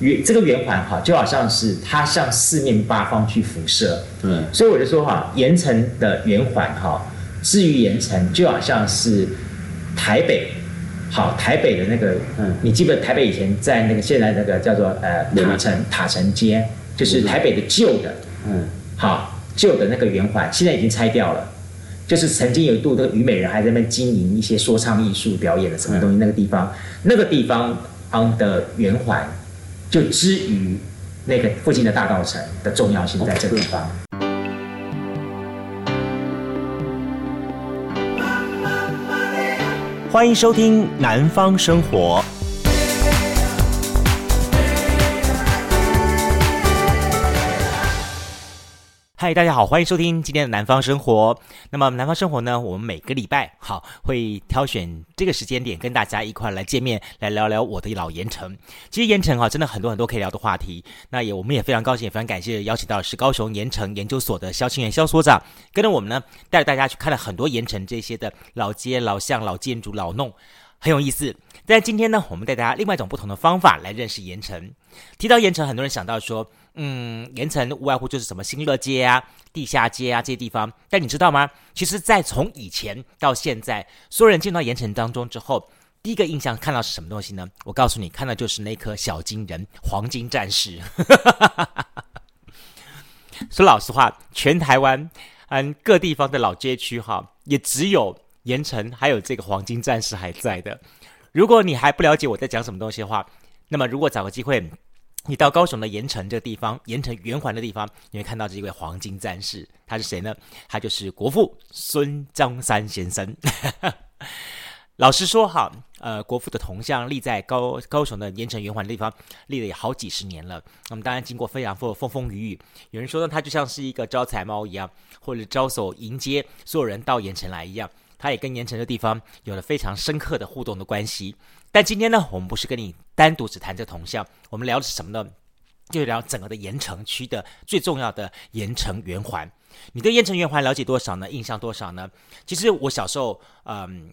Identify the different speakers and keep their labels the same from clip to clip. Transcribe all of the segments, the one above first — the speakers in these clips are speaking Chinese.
Speaker 1: 圆这个圆环哈，就好像是它向四面八方去辐射。
Speaker 2: 对，
Speaker 1: 所以我就说哈，盐城的圆环哈，至于盐城就好像是台北，好台北的那个，
Speaker 2: 嗯
Speaker 1: 你记不记得台北以前在那个现在那个叫做呃
Speaker 2: 嗯
Speaker 1: 塔城塔城街，就是台北的旧的，
Speaker 2: 嗯，
Speaker 1: 好旧的那个圆环，现在已经拆掉了。就是曾经有一度，那个虞美人还在那边经营一些说唱艺术表演的什么东西，那个地方，那个地方 on 的圆环，就之于那个附近的大道城的重要性在这个地方。
Speaker 3: 欢迎收听《南方生活》。嗨，大家好，欢迎收听今天的《南方生活》。那么，《南方生活》呢，我们每个礼拜好会挑选这个时间点跟大家一块来见面，来聊聊我的老盐城。其实盐城啊哈，真的很多很多可以聊的话题。那也我们也非常高兴，也非常感谢邀请到的是高雄盐城研究所的肖清源肖所长，跟着我们呢带着大家去看了很多盐城这些的老街、老巷、老建筑、老弄，很有意思。但今天呢，我们带大家另外一种不同的方法来认识盐城。提到盐城，很多人想到说，嗯，盐城无外乎就是什么新乐街啊、地下街啊这些地方。但你知道吗？其实，在从以前到现在，所有人进到盐城当中之后，第一个印象看到是什么东西呢？我告诉你，看到就是那颗小金人——黄金战士。 说老实话，全台湾，嗯，各地方的老街区哈，也只有盐城还有这个黄金战士还在的。如果你还不了解我在讲什么东西的话，那么如果找个机会，你到高雄的盐城这个地方，盐城圆环的地方，你会看到这一位黄金战士，他是谁呢？他就是国父孙中山先生。 老实说哈，呃，国父的铜像立在高高雄的盐城圆环的地方，立了也好几十年了。那么当然经过非常风风风雨雨，有人说呢，他就像是一个招财猫一样，或者招手迎接所有人到盐城来一样。他也跟盐城这地方有了非常深刻的互动的关系。但今天呢，我们不是跟你单独只谈这铜像，我们聊的是什么呢？就聊整个的盐城区的最重要的盐城圆环。你对盐城圆环了解多少呢？印象多少呢？其实我小时候，嗯，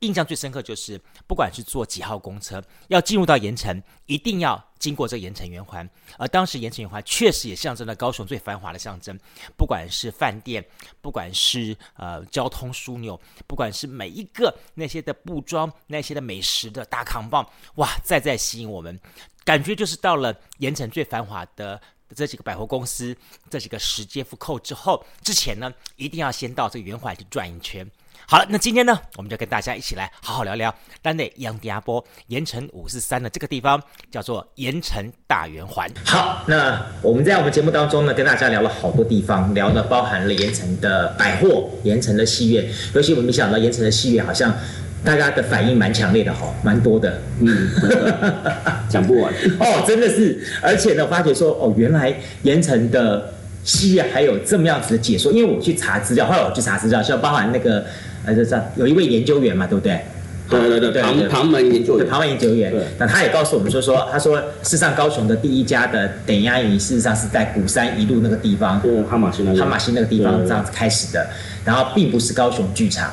Speaker 3: 印象最深刻就是，不管是坐几号公车，要进入到盐城，一定要经过这个盐城圆环。而当时盐城圆环确实也象征了高雄最繁华的象征，不管是饭店，不管是呃交通枢纽，不管是每一个那些的布庄、那些的美食的大扛棒，哇，再再吸引我们，感觉就是到了盐城最繁华的。这几个百货公司，这几个十街复扣之后，之前呢，一定要先到这个圆环去转一圈。好了，那今天呢，我们就跟大家一起来好好聊聊丹内杨迪亚波盐城五四三的这个地方，叫做盐城大圆环。
Speaker 1: 好，那我们在我们节目当中呢，跟大家聊了好多地方，聊的包含了盐城的百货、盐城的戏院，尤其我们没想到盐城的戏院好像大家的反应蛮强烈的哈，蛮多的。
Speaker 2: 嗯，真的 讲不完。
Speaker 1: 哦，真的是，而且呢，我发觉说，哦，原来盐城的戏院还有这么样子的解说，因为我去查资料，后来我去查资料，像包含那个呃，这这有一位研究员嘛，对不对？
Speaker 2: 对对对，旁旁门研究
Speaker 1: 对，
Speaker 2: 员，
Speaker 1: 旁边研究员
Speaker 2: 对，
Speaker 1: 那他也告诉我们说说，他说事实上高雄的第一家的等压鱼，事实上是在鼓山一路那个地方，
Speaker 2: 就是哈马逊那个
Speaker 1: 哈马西那个地方
Speaker 2: 对对对
Speaker 1: 这样子开始的，然后并不是高雄剧场。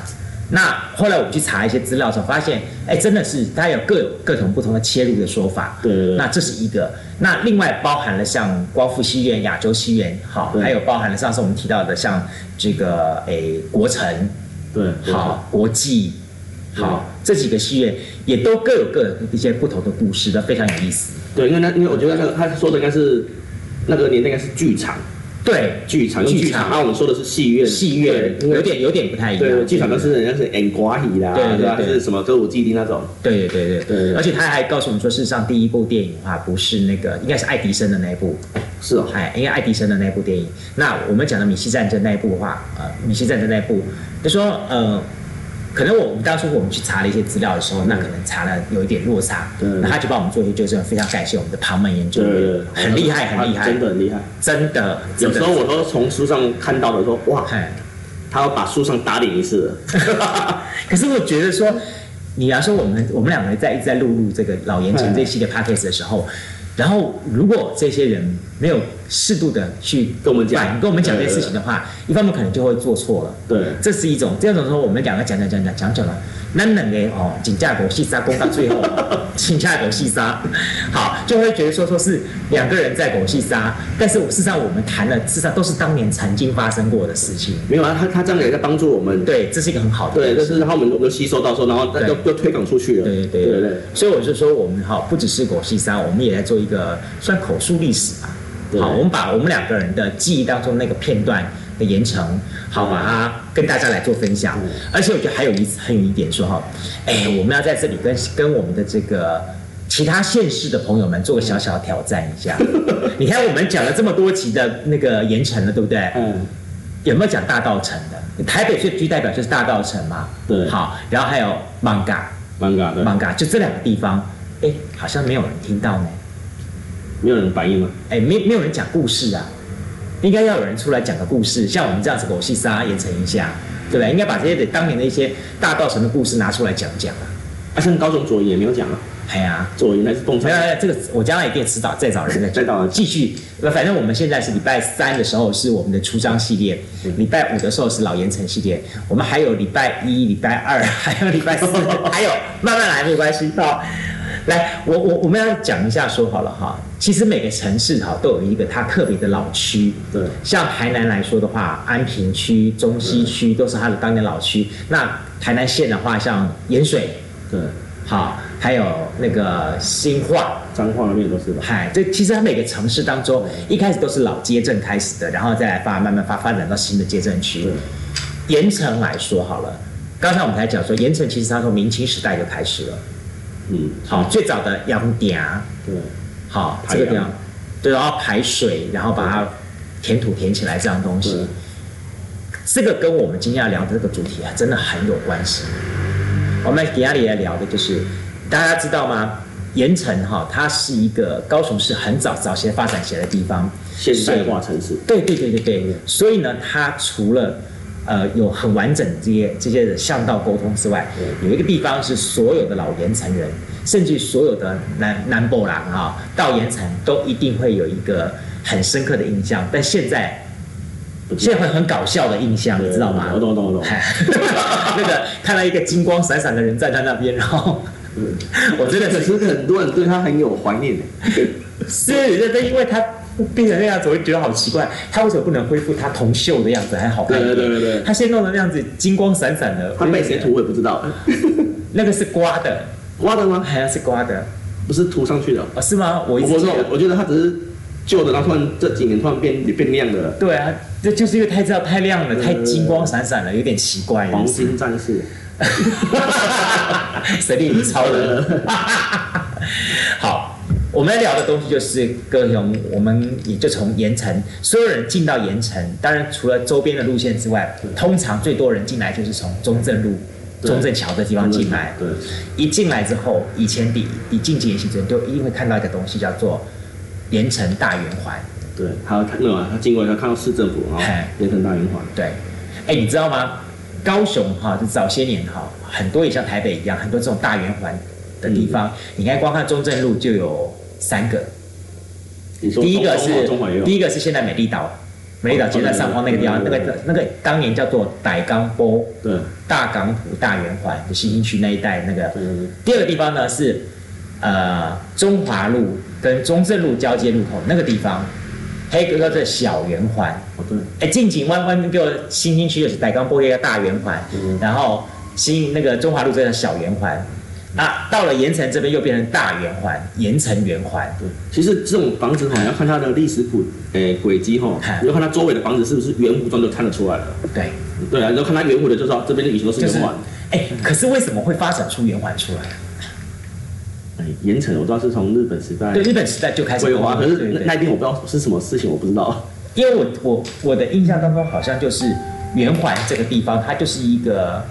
Speaker 1: 那后来我们去查一些资料的时候，发现，哎，真的是它有各有各种不同的切入的说法。
Speaker 2: 对对对
Speaker 1: 那这是一个，那另外包含了像光复戏院、亚洲戏院，好，
Speaker 2: 对
Speaker 1: 还有包含了上次我们提到的像这个，哎，国城，
Speaker 2: 对，对，
Speaker 1: 好，国际，好
Speaker 2: 好，
Speaker 1: 这几个戏院也都各有各的一些不同的故事，都非常有意思。
Speaker 2: 对，因为那因为我觉得那个他说的应该是那个年代应该是剧场，
Speaker 1: 对，
Speaker 2: 剧场用
Speaker 1: 剧
Speaker 2: 剧场，啊
Speaker 1: 场
Speaker 2: 那我们说的是戏院，
Speaker 1: 戏院
Speaker 2: 对因为
Speaker 1: 有点有点不太一样。
Speaker 2: 对，剧场都是人家是演瓜戏啊啦，
Speaker 1: 对对
Speaker 2: 吧？
Speaker 1: 对
Speaker 2: 是什么歌舞伎町那种，
Speaker 1: 对对对
Speaker 2: 对
Speaker 1: 对，
Speaker 2: 对
Speaker 1: 而且他还告诉我们说，事实上第一部电影的话，不是那个，应该是爱迪生的那一部，
Speaker 2: 是哦，
Speaker 1: 哎，应该爱迪生的那一部电影。那我们讲的米西战争那一部的话，呃，米西战争那一部，就说呃，可能我们当初我们去查了一些资料的
Speaker 2: 嗯
Speaker 1: 时候，那可能查了有一点落差，
Speaker 2: 对对
Speaker 1: 那他就帮我们做一些纠正，非常感谢我们的旁门研究员，很厉害，很厉害，
Speaker 2: 啊真的很厉害。
Speaker 1: 真的，
Speaker 2: 有
Speaker 1: 真的，
Speaker 2: 时候我都从书上看到的，说哇，
Speaker 1: 哎，
Speaker 2: 他要把书上打脸一次了。
Speaker 1: 可是我觉得说，你要说我们我们两个在一直在录录这个老言情这系列 podcast 的时候，然后如果这些人没有适度的去
Speaker 2: 跟我们讲
Speaker 1: 反跟我们讲这些事情的话，一方面可能就会做错了。
Speaker 2: 对
Speaker 1: 这是一种，第二种说我们两个讲讲讲讲讲讲了，那两个哦，请假狗细沙攻到最后，请假狗细沙，好，就会觉得说说是两个人在狗戏杀，但是我事实上我们谈了，事实上都是当年曾经发生过的事情。
Speaker 2: 没有啊，他他这样也在帮助我们，
Speaker 1: 对，这是一个很好的
Speaker 2: 对，
Speaker 1: 东
Speaker 2: 就
Speaker 1: 西
Speaker 2: 是他们我们吸收到说，然后
Speaker 1: 对
Speaker 2: 又又推广出去了，
Speaker 1: 对对
Speaker 2: 对
Speaker 1: 对
Speaker 2: 对，
Speaker 1: 所以我就说，我们哈不只是狗戏山，我们也在做一个算口述历史吧。
Speaker 2: 对
Speaker 1: 好，我们把我们两个人的记忆当中那个片段的延长，好把它跟大家来做分享
Speaker 2: 嗯。
Speaker 1: 而且我觉得还有一很有一点说哈，哎，我们要在这里跟跟我们的这个。其他县市的朋友们做个小小的挑战一下， 你看我们讲了这么多集的那个盐城了，对不对？
Speaker 2: 嗯，
Speaker 1: 有没有讲大道城的？台北最具代表就是大道城嘛。
Speaker 2: 对
Speaker 1: 好，然后还有 manga，
Speaker 2: 蛮尬的，
Speaker 1: m a 就这两个地方，哎，好像没有人听到呢，
Speaker 2: 没有人反应吗？
Speaker 1: 哎，没没有人讲故事啊，应该要有人出来讲个故事，像我们这样子狗戏沙也成一下，对不对？应该把这些得当年的一些大道神的故事拿出来讲讲啊，
Speaker 2: 啊，像高中左营也没有讲啊，
Speaker 1: 哎呀。
Speaker 2: 左营还是凤
Speaker 1: 没有，
Speaker 2: 山，
Speaker 1: 没有这个我将来一定迟早再找人再
Speaker 2: 再找人
Speaker 1: 继续。呃反正我们现在是礼拜三的时候是我们的出张系列，
Speaker 2: 嗯
Speaker 1: 礼拜五的时候是老盐城系列，我们还有礼拜一、礼拜二， 还有礼拜四，还有慢慢来没关系。好，来，我我我们要讲一下说好了哈，其实每个城市哈都有一个它特别的老区，
Speaker 2: 对
Speaker 1: 像台南来说的话，安平区、中西区都是它的当年老区。那台南县的话，像盐水，
Speaker 2: 对，
Speaker 1: 好，还有那个新化。
Speaker 2: 彰化那边也都是吧，
Speaker 1: 嗨，这其实它每个城市当中，一开始都是老街镇开始的，然后再来发慢慢发发展到新的街镇区
Speaker 2: 对。
Speaker 1: 盐城来说好了，刚才我们才讲说，盐城其实它从明清时代就开始了。
Speaker 2: 嗯，
Speaker 1: 好，最早的啊洋嗲，
Speaker 2: 对，
Speaker 1: 好
Speaker 2: 排
Speaker 1: 这个地方
Speaker 2: 洋，
Speaker 1: 对，然后排水，然后把它填土填起来这样东西
Speaker 2: 对，
Speaker 1: 这个跟我们今天要聊的这个主题啊，真的很有关系。我们底下里来聊的就是，大家知道吗？盐城哈，它是一个高雄市很早早先发展起来的地方，
Speaker 2: 现代化城市，
Speaker 1: 对对对对对，所以呢，它除了呃有很完整的这些这些的巷道沟通之外，有一个地方是所有的老盐城人，甚至于所有的南南部人哈、到盐城都一定会有一个很深刻的印象，但现在
Speaker 2: 不记
Speaker 1: 现
Speaker 2: 得
Speaker 1: 在会很搞笑的印象，你知道吗？哎
Speaker 2: 我懂我懂我懂，
Speaker 1: 那个看到一个金光闪闪的人站在那边，然后我真的
Speaker 2: 可
Speaker 1: 是
Speaker 2: 是很多人对他很有怀念的，
Speaker 1: 是，但因为他变成那样子，我就觉得好奇怪，他为什么不能恢复他铜锈的样子，还好看一点？
Speaker 2: 对对对对
Speaker 1: 他现在弄的那样子金光闪闪的，
Speaker 2: 他被谁
Speaker 1: 我就觉
Speaker 2: 涂我也不知道，
Speaker 1: 得？那个是刮的，
Speaker 2: 刮的吗？
Speaker 1: 好像是刮的，
Speaker 2: 不是涂上去的，
Speaker 1: 哦，是吗？我一直
Speaker 2: 我
Speaker 1: 记
Speaker 2: 说
Speaker 1: 得
Speaker 2: 我觉得他只是旧的，然后突然这几年突然变变亮的了，
Speaker 1: 对啊，这就是因为太知道太亮了，
Speaker 2: 对
Speaker 1: 太
Speaker 2: 对对
Speaker 1: 金光闪闪了，有点奇怪。
Speaker 2: 黄金战士，
Speaker 1: 神力女超人。 好，我们要聊的东西就是高雄，我们也就从盐城，所有人进到盐城，当然除了周边的路线之外，通常最多人进来就是从中正路、
Speaker 2: 对
Speaker 1: 中正桥的地方进来。
Speaker 2: 对，
Speaker 1: 一进来之后，以前比比近几年时间就一定会看到一个东西叫做盐城大圆环。
Speaker 2: 对，还有他没有啊？他经过一下看到市政府，然后
Speaker 1: 嘿
Speaker 2: 变成大圆环，
Speaker 1: 对，哎，你知道吗？高雄哈，就早些年哈，很多也像台北一样，很多这种大圆环的地方，
Speaker 2: 嗯
Speaker 1: 你看光看中正路就有三个，
Speaker 2: 你说
Speaker 1: 第一个
Speaker 2: 中华
Speaker 1: 是
Speaker 2: 中华也哦有，
Speaker 1: 第一个是现在美丽岛，美丽岛街在上方那个地方，
Speaker 2: 哦
Speaker 1: 那个那个当年叫做傣港波
Speaker 2: 对
Speaker 1: 大港埔大圆环，就新兴区那一带那个
Speaker 2: 对。对对，
Speaker 1: 第二个地方呢是呃中华路跟中正路交接路口那个地方，还有一个叫做小圆环。
Speaker 2: 哦对，
Speaker 1: 哎，近景湾湾那个新兴区就是傣钢玻璃一个大圆环，
Speaker 2: 嗯
Speaker 1: 然后新那个中华路这个小圆环，啊，到了盐城这边又变成大圆环，盐城圆环。
Speaker 2: 对，其实这种房子哈，要看它的历史谱，诶、轨迹哈
Speaker 1: 嗨，
Speaker 2: 你要看它周围的房子是不是圆弧状，就看得出来了。
Speaker 1: 对，
Speaker 2: 对啊，你要看它圆弧的，就知道这边的以前都是
Speaker 1: 就
Speaker 2: 圆
Speaker 1: 是
Speaker 2: 环。，
Speaker 1: 哎，可是为什么会发展出圆环出来？
Speaker 2: 哎盐、城我知道是从日本时代
Speaker 1: 对，日本时代就开始
Speaker 2: 规划，嗯可是
Speaker 1: 对
Speaker 2: 那
Speaker 1: 对
Speaker 2: 那一天我不知道是什么事情，我不知道。
Speaker 1: 因为我我我的印象当中好像就是圆环这个地方，它就是一个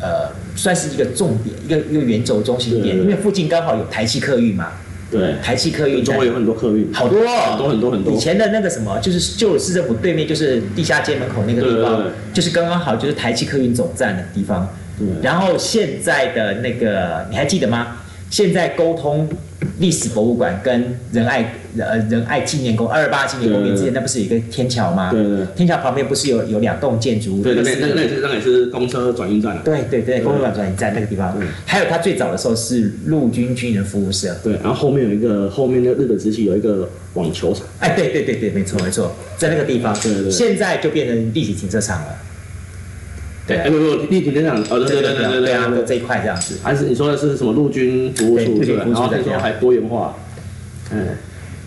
Speaker 1: 呃，算是一个重点，一个一个圆轴中心点，
Speaker 2: 对对对
Speaker 1: 因为附近刚好有台汽客运嘛，
Speaker 2: 对，
Speaker 1: 台汽客运
Speaker 2: 中国有很多客运，
Speaker 1: 好多、哦、
Speaker 2: 很多很多很多
Speaker 1: 以前的那个什么，就是旧市政府对面就是地下街门口那个地方，
Speaker 2: 对对对
Speaker 1: 就是刚刚好就是台汽客运总站的地方。
Speaker 2: 对
Speaker 1: 然后现在的那个你还记得吗？现在沟通历史博物馆跟仁爱呃仁爱纪念公二二八纪念公园之间，那不是有一个天桥吗？
Speaker 2: 对对
Speaker 1: 天桥旁边不是有有两栋建筑物？
Speaker 2: 对，那
Speaker 1: 一个
Speaker 2: 边
Speaker 1: 是
Speaker 2: 那那也是那个也是公车转运站啊。
Speaker 1: 对对对，公路转转站那个地方，还有它最早的时候是陆军军人服务社，
Speaker 2: 对，然后后面有一个后面那个日本时期有一个网球场，
Speaker 1: 哎，对对对对，没错没错，在那个地方，
Speaker 2: 对对对
Speaker 1: 现在就变成立体停车场了。对啊
Speaker 2: 哎，不不，立体停车场，哦，对对对对
Speaker 1: 对啊，
Speaker 2: 对
Speaker 1: 就
Speaker 2: 对，
Speaker 1: 这一块这样子。
Speaker 2: 还是你说的是什么陆军服务
Speaker 1: 对
Speaker 2: 处
Speaker 1: 陆军
Speaker 2: 对吧？
Speaker 1: 服务
Speaker 2: 然后
Speaker 1: 处
Speaker 2: 听
Speaker 1: 对
Speaker 2: 说
Speaker 1: 啊
Speaker 2: 还多元化，嗯，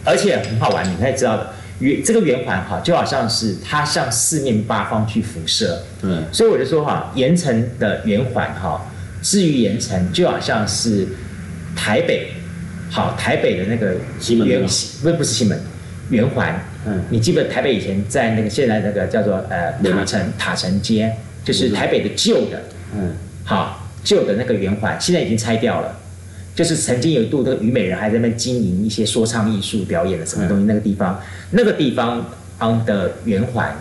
Speaker 1: 而且很好玩，你可以知道的，圆这个圆环哈，就好像是它向四面八方去辐射，
Speaker 2: 对，
Speaker 1: 所以我就说哈，盐城的圆环哈，至于盐城就好像是台北，好台北的那个
Speaker 2: 西门
Speaker 1: 圆
Speaker 2: 吗
Speaker 1: 不不是西门圆环，
Speaker 2: 嗯
Speaker 1: 你记不记得台北以前在那个现在那个叫做呃
Speaker 2: 明白
Speaker 1: 塔城塔城街，就是
Speaker 2: 明白
Speaker 1: 台北的旧的
Speaker 2: 嗯，
Speaker 1: 好旧的那个圆环，现在已经拆掉了。就是曾经有一度，这个虞美人还在那边经营一些说唱艺术表演的什么东西，那个地方，那个地方嗯的圆环，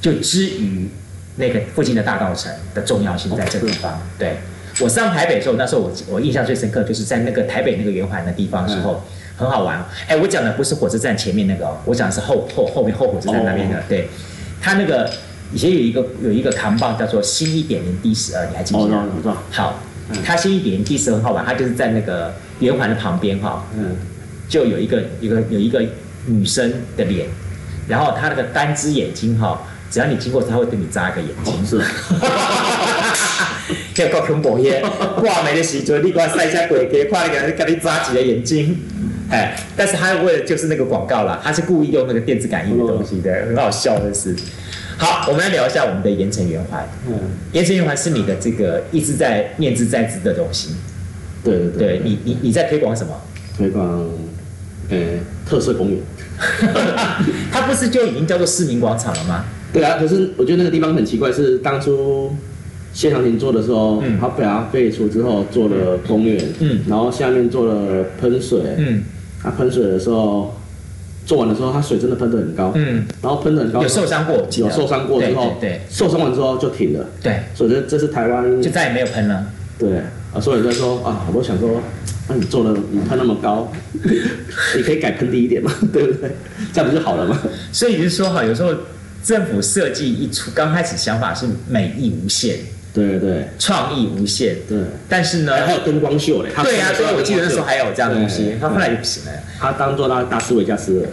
Speaker 1: 就之于那个附近的大道城的重要性在这个地方。对我上台北的时候，那时候我我印象最深刻就是在那个台北那个圆环的地方的时候，很好玩。哎，我讲的不是火车站前面那个哦，我讲的是后后后面后火车站那边的。
Speaker 2: 哦
Speaker 1: 对，它那个以前有一个有一个扛棒叫做新一点零 D 十二，你还记不
Speaker 2: 哦，
Speaker 1: 记
Speaker 2: 知
Speaker 1: 得？
Speaker 2: 道知道，
Speaker 1: 好，它新一点第十很好玩，它就是在那个圆环的旁边哈，
Speaker 2: 嗯，
Speaker 1: 就有一个一个有一个女生的脸，然后她那个单只眼睛哈，只要你经过，她会对你眨一个眼睛。
Speaker 2: 哦，是，
Speaker 1: 结果恐怖 耶！挂眉的时阵，你挂晒下鬼给挂那个，给你扎几个眼睛。哎，但是他为了就是那个广告啦，他是故意用那个电子感应的东西的，很好笑的是。好，我们来聊一下我们的盐城圆环。
Speaker 2: 嗯，
Speaker 1: 盐城圆环是你的这个一直在念之在之的东西，
Speaker 2: 对对
Speaker 1: 对你你你在推广什么？
Speaker 2: 推广，呃，特色公园。
Speaker 1: 它不是就已经叫做市民广场了吗？
Speaker 2: 对啊，可是我觉得那个地方很奇怪，是当初谢长廷做的时候，
Speaker 1: 嗯
Speaker 2: 他把它废除之后做了公园，
Speaker 1: 嗯
Speaker 2: 然后下面做了喷水，
Speaker 1: 嗯
Speaker 2: 他喷水的时候，做完的时候，他水真的喷得很高，
Speaker 1: 嗯，
Speaker 2: 然后喷得很高，
Speaker 1: 有受伤过，我记得
Speaker 2: 有受伤过之后，
Speaker 1: 对对
Speaker 2: 受伤完之后就停了，
Speaker 1: 对
Speaker 2: 所以这这是台湾
Speaker 1: 对，就再也没有喷了。
Speaker 2: 对啊，所以我就说啊，我想说，那、你做了你喷那么高， 你可以改喷低一点嘛， 对不对？这样不就好了吗？
Speaker 1: 所以就是说哈，有时候政府设计一出，刚开始想法是美意无限，
Speaker 2: 对对
Speaker 1: 创意无限，
Speaker 2: 对，
Speaker 1: 但是呢，
Speaker 2: 还有灯光秀嘞，他
Speaker 1: 对呀、啊所
Speaker 2: 喷的
Speaker 1: 以
Speaker 2: 时候
Speaker 1: 我记得那时候还有这样的东西
Speaker 2: 对，
Speaker 1: 他后来就不行了。
Speaker 2: 他当做他大思维家斯了，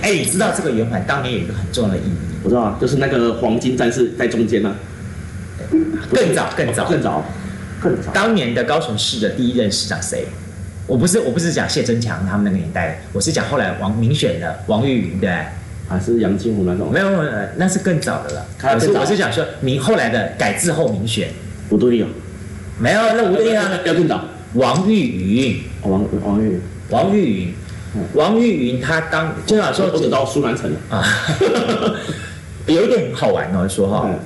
Speaker 1: 哎、你知道这个圆环当年有一个很重要的意义，
Speaker 2: 我知道啊，就是那个黄金战士在中间呢、啊不是哦
Speaker 1: 更早更早，
Speaker 2: 更早，更早，
Speaker 1: 当年的高雄市的第一任市长谁？我不是我不是讲谢增强他们那个年代的，我是讲后来王民选的王玉云的，
Speaker 2: 还是杨金虎那种
Speaker 1: 没有没有，没有那是更早的了。
Speaker 2: 啊
Speaker 1: 我是
Speaker 2: 更早
Speaker 1: 我是讲说民后来的改制后民选，
Speaker 2: 不对哦，
Speaker 1: 没有那吴对啊，
Speaker 2: 要更早，哦
Speaker 1: 王玉云。
Speaker 2: 王王玉，
Speaker 1: 王玉云，王玉云他当就想啊说
Speaker 2: 我只知道苏南城了，
Speaker 1: 啊， 有一点很好玩哦，说哈、
Speaker 2: 嗯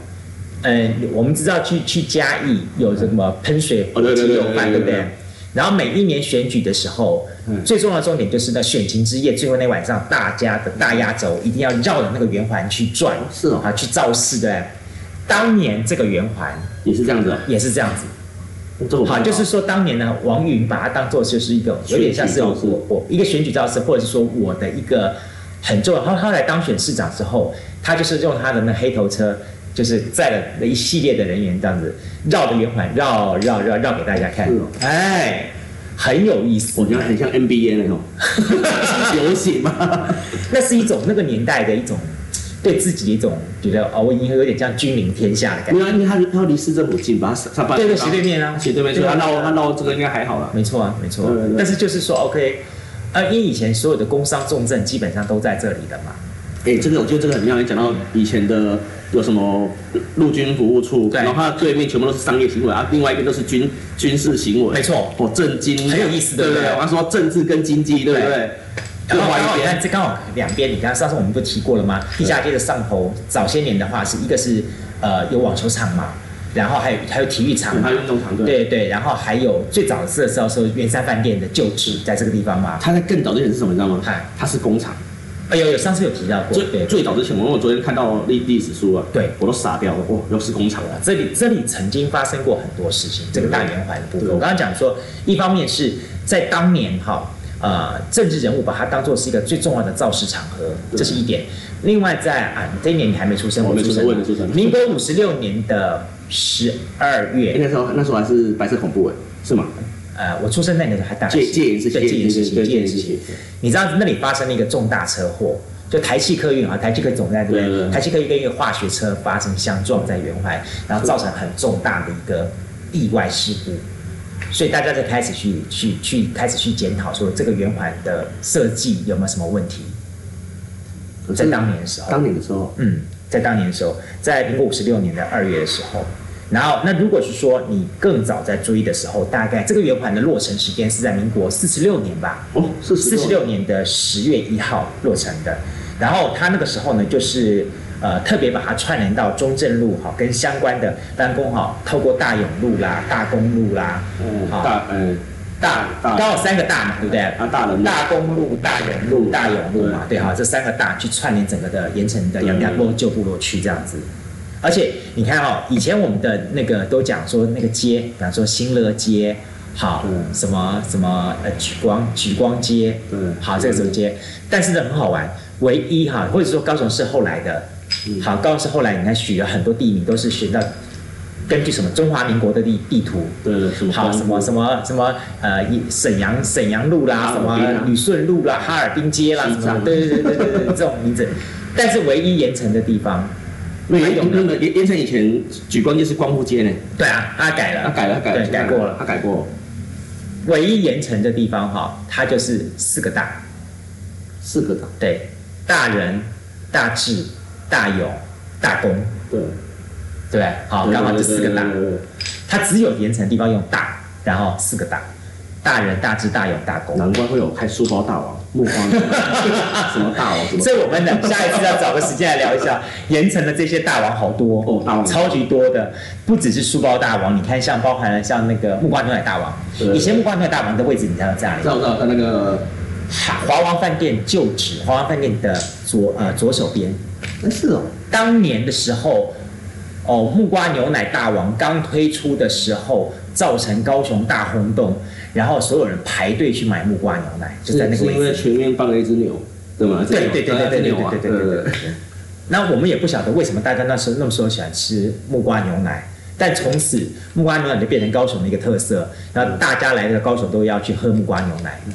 Speaker 1: 嗯，我们知道去去嘉义有什么喷水
Speaker 2: 哦对对
Speaker 1: 鸡
Speaker 2: 对
Speaker 1: 肉饭，
Speaker 2: 对对
Speaker 1: 对不
Speaker 2: 对
Speaker 1: 对
Speaker 2: 对？
Speaker 1: 然后每一年选举的时候，
Speaker 2: 嗯
Speaker 1: 最重要的重点就是那选情之夜最后那晚上，大家的大压轴一定要绕着那个圆环去转，
Speaker 2: 是哦
Speaker 1: 啊，去造势的。当年这个圆环
Speaker 2: 也是这样子哦，
Speaker 1: 也是这样子，
Speaker 2: 这我不知道
Speaker 1: 好，哦就是说当年呢，王云把它当做就是一个有点像是
Speaker 2: 选举
Speaker 1: 我
Speaker 2: 造势
Speaker 1: 我我一个选举造势，或者是说我的一个很重要。他他来当选市长之后，他就是用他的那黑头车，就是载了那一系列的人员这样子绕着圆环绕绕绕绕给大家看
Speaker 2: 是哦，
Speaker 1: 哎，很有意思。
Speaker 2: 我觉得很像 NBA 那种流行嘛，
Speaker 1: 那是一种那个年代的一种对自己的一种觉得哦，我已经有点像君临天下的感
Speaker 2: 没
Speaker 1: 觉。
Speaker 2: 有，因为他他离市政府近吧，他他
Speaker 1: 对对，斜对面啊，
Speaker 2: 斜对面，所以
Speaker 1: 啊
Speaker 2: 他绕他绕这个应该还好啦。
Speaker 1: 没错啊，没错啊、
Speaker 2: 对对对
Speaker 1: 但是就是说，OK，呃，因为以前所有的工商重镇基本上都在这里的嘛。
Speaker 2: 哎，这个我觉得这个很妙，你讲到以前的有什么陆军服务处，
Speaker 1: 对
Speaker 2: 然后它的对面全部都是商业行为啊，另外一边都是军军事行为，
Speaker 1: 没错
Speaker 2: 哦，政经
Speaker 1: 很有意思
Speaker 2: 对
Speaker 1: 对不对
Speaker 2: 对？我刚说政治跟经济，对不对？
Speaker 1: 然
Speaker 2: 另
Speaker 1: 后
Speaker 2: 外
Speaker 1: 刚好
Speaker 2: 一
Speaker 1: 你
Speaker 2: 边
Speaker 1: 看，这刚好两边，你看上次我们不提过了吗？地下街的上头，早些年的话是一个是呃有网球场嘛，然后还有还有体育场
Speaker 2: 嗯
Speaker 1: 嘛
Speaker 2: 还有，运动场对。
Speaker 1: 对对，然后还有最早的时候是圆山饭店的旧址在这个地方嘛，
Speaker 2: 它在更早之前是什么，你知道吗
Speaker 1: 嗨？
Speaker 2: 它是工厂，
Speaker 1: 哎有有上次有提到过，对
Speaker 2: 最最早之前，我我昨天看到历历史书啊，
Speaker 1: 对
Speaker 2: 我都傻掉了，哇，又是工厂啊，
Speaker 1: 这里这里曾经发生过很多事情，这个大圆环的部分，
Speaker 2: 嗯对
Speaker 1: 我刚刚讲说，一方面是在当年哈，呃，政治人物把它当做是一个最重要的造势场合，
Speaker 2: 对
Speaker 1: 这是一点。另外在啊，这一年你还没出生，
Speaker 2: 我没
Speaker 1: 出
Speaker 2: 出生我也没出生
Speaker 1: 民国五十六年的十二
Speaker 2: 哎
Speaker 1: 月，
Speaker 2: 那时候那时候还是白色恐怖哎，是吗？
Speaker 1: 呃，我出生那年的时候还大
Speaker 2: 戒戒严时期，
Speaker 1: 对戒严时期，
Speaker 2: 对
Speaker 1: 戒
Speaker 2: 戒
Speaker 1: 严
Speaker 2: 严
Speaker 1: 时
Speaker 2: 时
Speaker 1: 期
Speaker 2: 期，，
Speaker 1: 你知道那里发生了一个重大车祸，就台汽客运啊，台汽客运总在这
Speaker 2: 对对
Speaker 1: 边，
Speaker 2: 对
Speaker 1: 台汽客运跟一个化学车发生相撞在圆环，然后造成很重大的一个意外事故，所以大家就开始去去去开始去检讨说这个圆环的设计有没有什么问题，
Speaker 2: 可
Speaker 1: 在
Speaker 2: 是
Speaker 1: 呃当年的时候，
Speaker 2: 当年的时候，
Speaker 1: 嗯，在当年的时候，在民国五十六年的二月的时候，然后那如果是说你更早在追的时候，大概这个圆环的落成时间是在民国四十六年吧，
Speaker 2: 哦，是
Speaker 1: 四十，六年的十月一号落成的。然后他那个时候呢，就是呃特别把它串联到中正路哈、跟相关的办公哈，透过大勇路啦、大公路啦，
Speaker 2: 嗯，
Speaker 1: 好
Speaker 2: 大嗯
Speaker 1: 大
Speaker 2: 大
Speaker 1: 刚好三个大嘛，对不对？
Speaker 2: 啊大人路
Speaker 1: 大公路、大人路、嗯大勇路嘛，对哈，这三个大去串联整个的盐城的
Speaker 2: 对
Speaker 1: 杨家沟旧部落区这样子。而且你看哦，以前我们的那个都讲说那个街，比方说新乐街，好
Speaker 2: 对
Speaker 1: 什么什么呃举光举光街，
Speaker 2: 对
Speaker 1: 好这个什么街，但是呢很好玩，唯一哈或者说高雄市后来的，好高雄市后来你看取了很多地名都是选到根据什么中华民国的地地图，
Speaker 2: 对对，什么
Speaker 1: 好，
Speaker 2: 光
Speaker 1: 什么什么什么呃，一沈阳沈阳路啦，什
Speaker 2: 哈尔滨啊
Speaker 1: 么旅顺路啦，哈尔滨街啦，什
Speaker 2: 西
Speaker 1: 么的
Speaker 2: 藏
Speaker 1: 对对对对对对，这种名字。但是唯一盐城的地方，
Speaker 2: 没有
Speaker 1: 还有呢
Speaker 2: 那个燕燕城以前举光街是光复街呢，
Speaker 1: 对啊，他改了，
Speaker 2: 他改了，他改了，
Speaker 1: 对，改过
Speaker 2: 他
Speaker 1: 了。
Speaker 2: 改过
Speaker 1: 唯一盐城的地方哈，它就是四个大，
Speaker 2: 四个档，
Speaker 1: 对，大人、大智、大勇、大公，
Speaker 2: 对，
Speaker 1: 对不对，好，
Speaker 2: 对
Speaker 1: 刚好这四个大
Speaker 2: 对，对对对
Speaker 1: 它只有盐城的地方用大，然后四个大，大人、大智、大勇、大公。
Speaker 2: 难怪会有开书包大王、木花 什么大王什么
Speaker 1: 所以我们 呢，下一次要找个时间来聊一下盐城的这些大王，好多
Speaker 2: 哦大王
Speaker 1: 超级多的，不只是书包大王，你看像包含了像那个木瓜牛奶大王，
Speaker 2: 对
Speaker 1: 以前木瓜牛奶大王的位置你知道在哪里
Speaker 2: 知？道我知道，在那个
Speaker 1: 华王饭店旧址，华王饭店的左呃左手边，
Speaker 2: 哎是哦，
Speaker 1: 当年的时候，哦，木瓜牛奶大王刚推出的时候，造成高雄大轰动，然后所有人排队去买木瓜牛奶，就在那
Speaker 2: 是
Speaker 1: 个位
Speaker 2: 因为
Speaker 1: 置。
Speaker 2: 前面放了一只牛，对吗？
Speaker 1: 对对对对对对
Speaker 2: 牛啊
Speaker 1: 对对对对对。那我们也不晓得为什么大家那时候那么时候喜欢吃木瓜牛奶，但从此木瓜牛奶就变成高雄的一个特色，然后大家来到高雄都要去喝木瓜牛奶。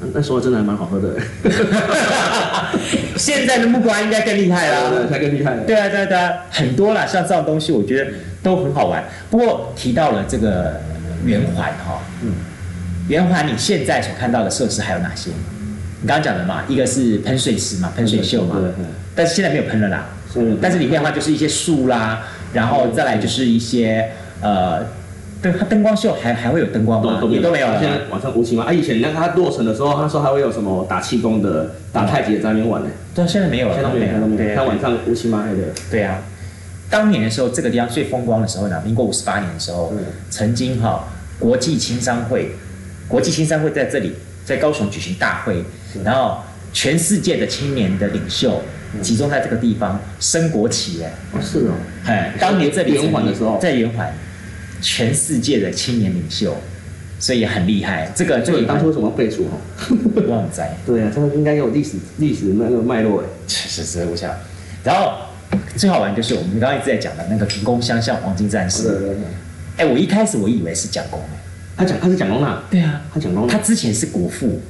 Speaker 1: 嗯
Speaker 2: 那时候真的还蛮好喝的，
Speaker 1: 现在的木瓜应该更厉害 啦。
Speaker 2: 对，才更厉害了。
Speaker 1: 对啊，对啊，对啊，很多啦，像这种东西，我觉得都很好玩。不过提到了这个圆环哈，嗯，圆环你现在所看到的设施还有哪些？你刚刚讲的嘛，一个是喷水池嘛，喷水秀嘛
Speaker 2: 对对，
Speaker 1: 但是现在没有喷了啦。
Speaker 2: 现在没有喷
Speaker 1: 但是里面的话就是一些树啦，然后再来就是一些呃，对，它灯光秀还还会有灯光吗？也都没有了
Speaker 2: 现
Speaker 1: 吗。
Speaker 2: 在晚上无情嘛。啊，以前你看它落成的时候，那时候还会有什么打气功的、打太极的在那边玩呢，
Speaker 1: 对，现在没有了，
Speaker 2: 现在都没有，现在都没
Speaker 1: 对
Speaker 2: 有。
Speaker 1: 啊
Speaker 2: 他晚上无情嘛还的，
Speaker 1: 对啊，当年的时候，这个地方最风光的时候呢，民国五十八年的时候，
Speaker 2: 嗯
Speaker 1: 曾经哈、国际青商会，国际青商会在这里，在高雄举行大会，然后全世界的青年的领袖
Speaker 2: 嗯
Speaker 1: 集中在这个地方升国旗哎，
Speaker 2: 哦是哦，
Speaker 1: 哎，当年这里
Speaker 2: 圆环的时候
Speaker 1: 在圆环，全世界的青年领袖，所以也很厉害。这个这
Speaker 2: 所
Speaker 1: 个
Speaker 2: 以当
Speaker 1: 当
Speaker 2: 初为
Speaker 1: 初
Speaker 2: 什么要废除哦？
Speaker 1: 旺仔。
Speaker 2: 对啊，这个应该有历史历史那个脉络哎。
Speaker 1: 是是，我想，然后最好玩就是我们刚刚一直在讲的那个凭空相向黄金战士，哎、我一开始我以为是蒋公哎，
Speaker 2: 他讲他是蒋公呐，
Speaker 1: 对啊，
Speaker 2: 他蒋公，
Speaker 1: 他
Speaker 2: 他
Speaker 1: 之前是国父，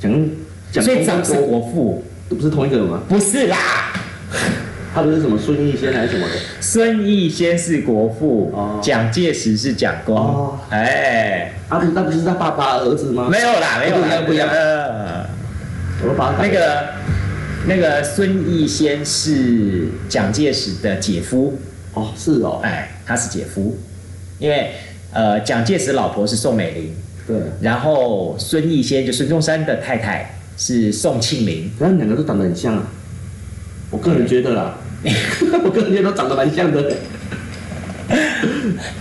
Speaker 2: 蒋公蒋
Speaker 1: 所以
Speaker 2: 公
Speaker 1: 蒋是国父，
Speaker 2: 不是同一个人吗？
Speaker 1: 不是啦，
Speaker 2: 他不是什么孙逸仙还是什么的？
Speaker 1: 孙逸仙是国父
Speaker 2: 哦，
Speaker 1: 蒋、介石是蒋公，
Speaker 2: 哦
Speaker 1: 哎、
Speaker 2: 啊，不是，那不是他爸爸儿子吗？
Speaker 1: 没有啦，没有啦，
Speaker 2: 不一样不一样
Speaker 1: 呃
Speaker 2: 我把他
Speaker 1: 那个那个孙逸仙是蒋介石的姐夫，
Speaker 2: 哦，是哦，
Speaker 1: 哎，他是姐夫，因为呃，蒋介石老婆是宋美龄。
Speaker 2: 对，
Speaker 1: 然后孙逸仙就是中山的太太是宋庆龄，
Speaker 2: 然后两个都长得很像啊。 我个人觉得啦，我个人觉得都长得蛮像的。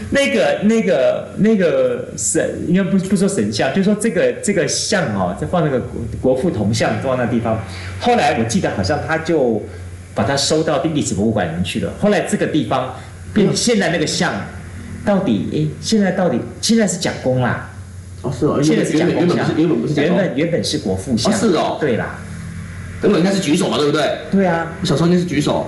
Speaker 1: 那个、那个、那个神，应该不不说神像，就说这个这个像哦，在放那个国国父铜像放那地方。后来我记得好像他就把它收到历史博物馆里面去了。后来这个地方
Speaker 2: 嗯
Speaker 1: 变现在那个像，到底诶，现在到底现在是蒋公啦，
Speaker 2: 哦，是哦，
Speaker 1: 现
Speaker 2: 原
Speaker 1: 在是
Speaker 2: 本
Speaker 1: 蒋公
Speaker 2: 原本原本不
Speaker 1: 像
Speaker 2: 是，原本不是讲
Speaker 1: 原本原本是国父像，
Speaker 2: 哦是哦
Speaker 1: 对啦，
Speaker 2: 原本应该是举手嘛，对不对？
Speaker 1: 对啊，
Speaker 2: 我小时候应该是举手，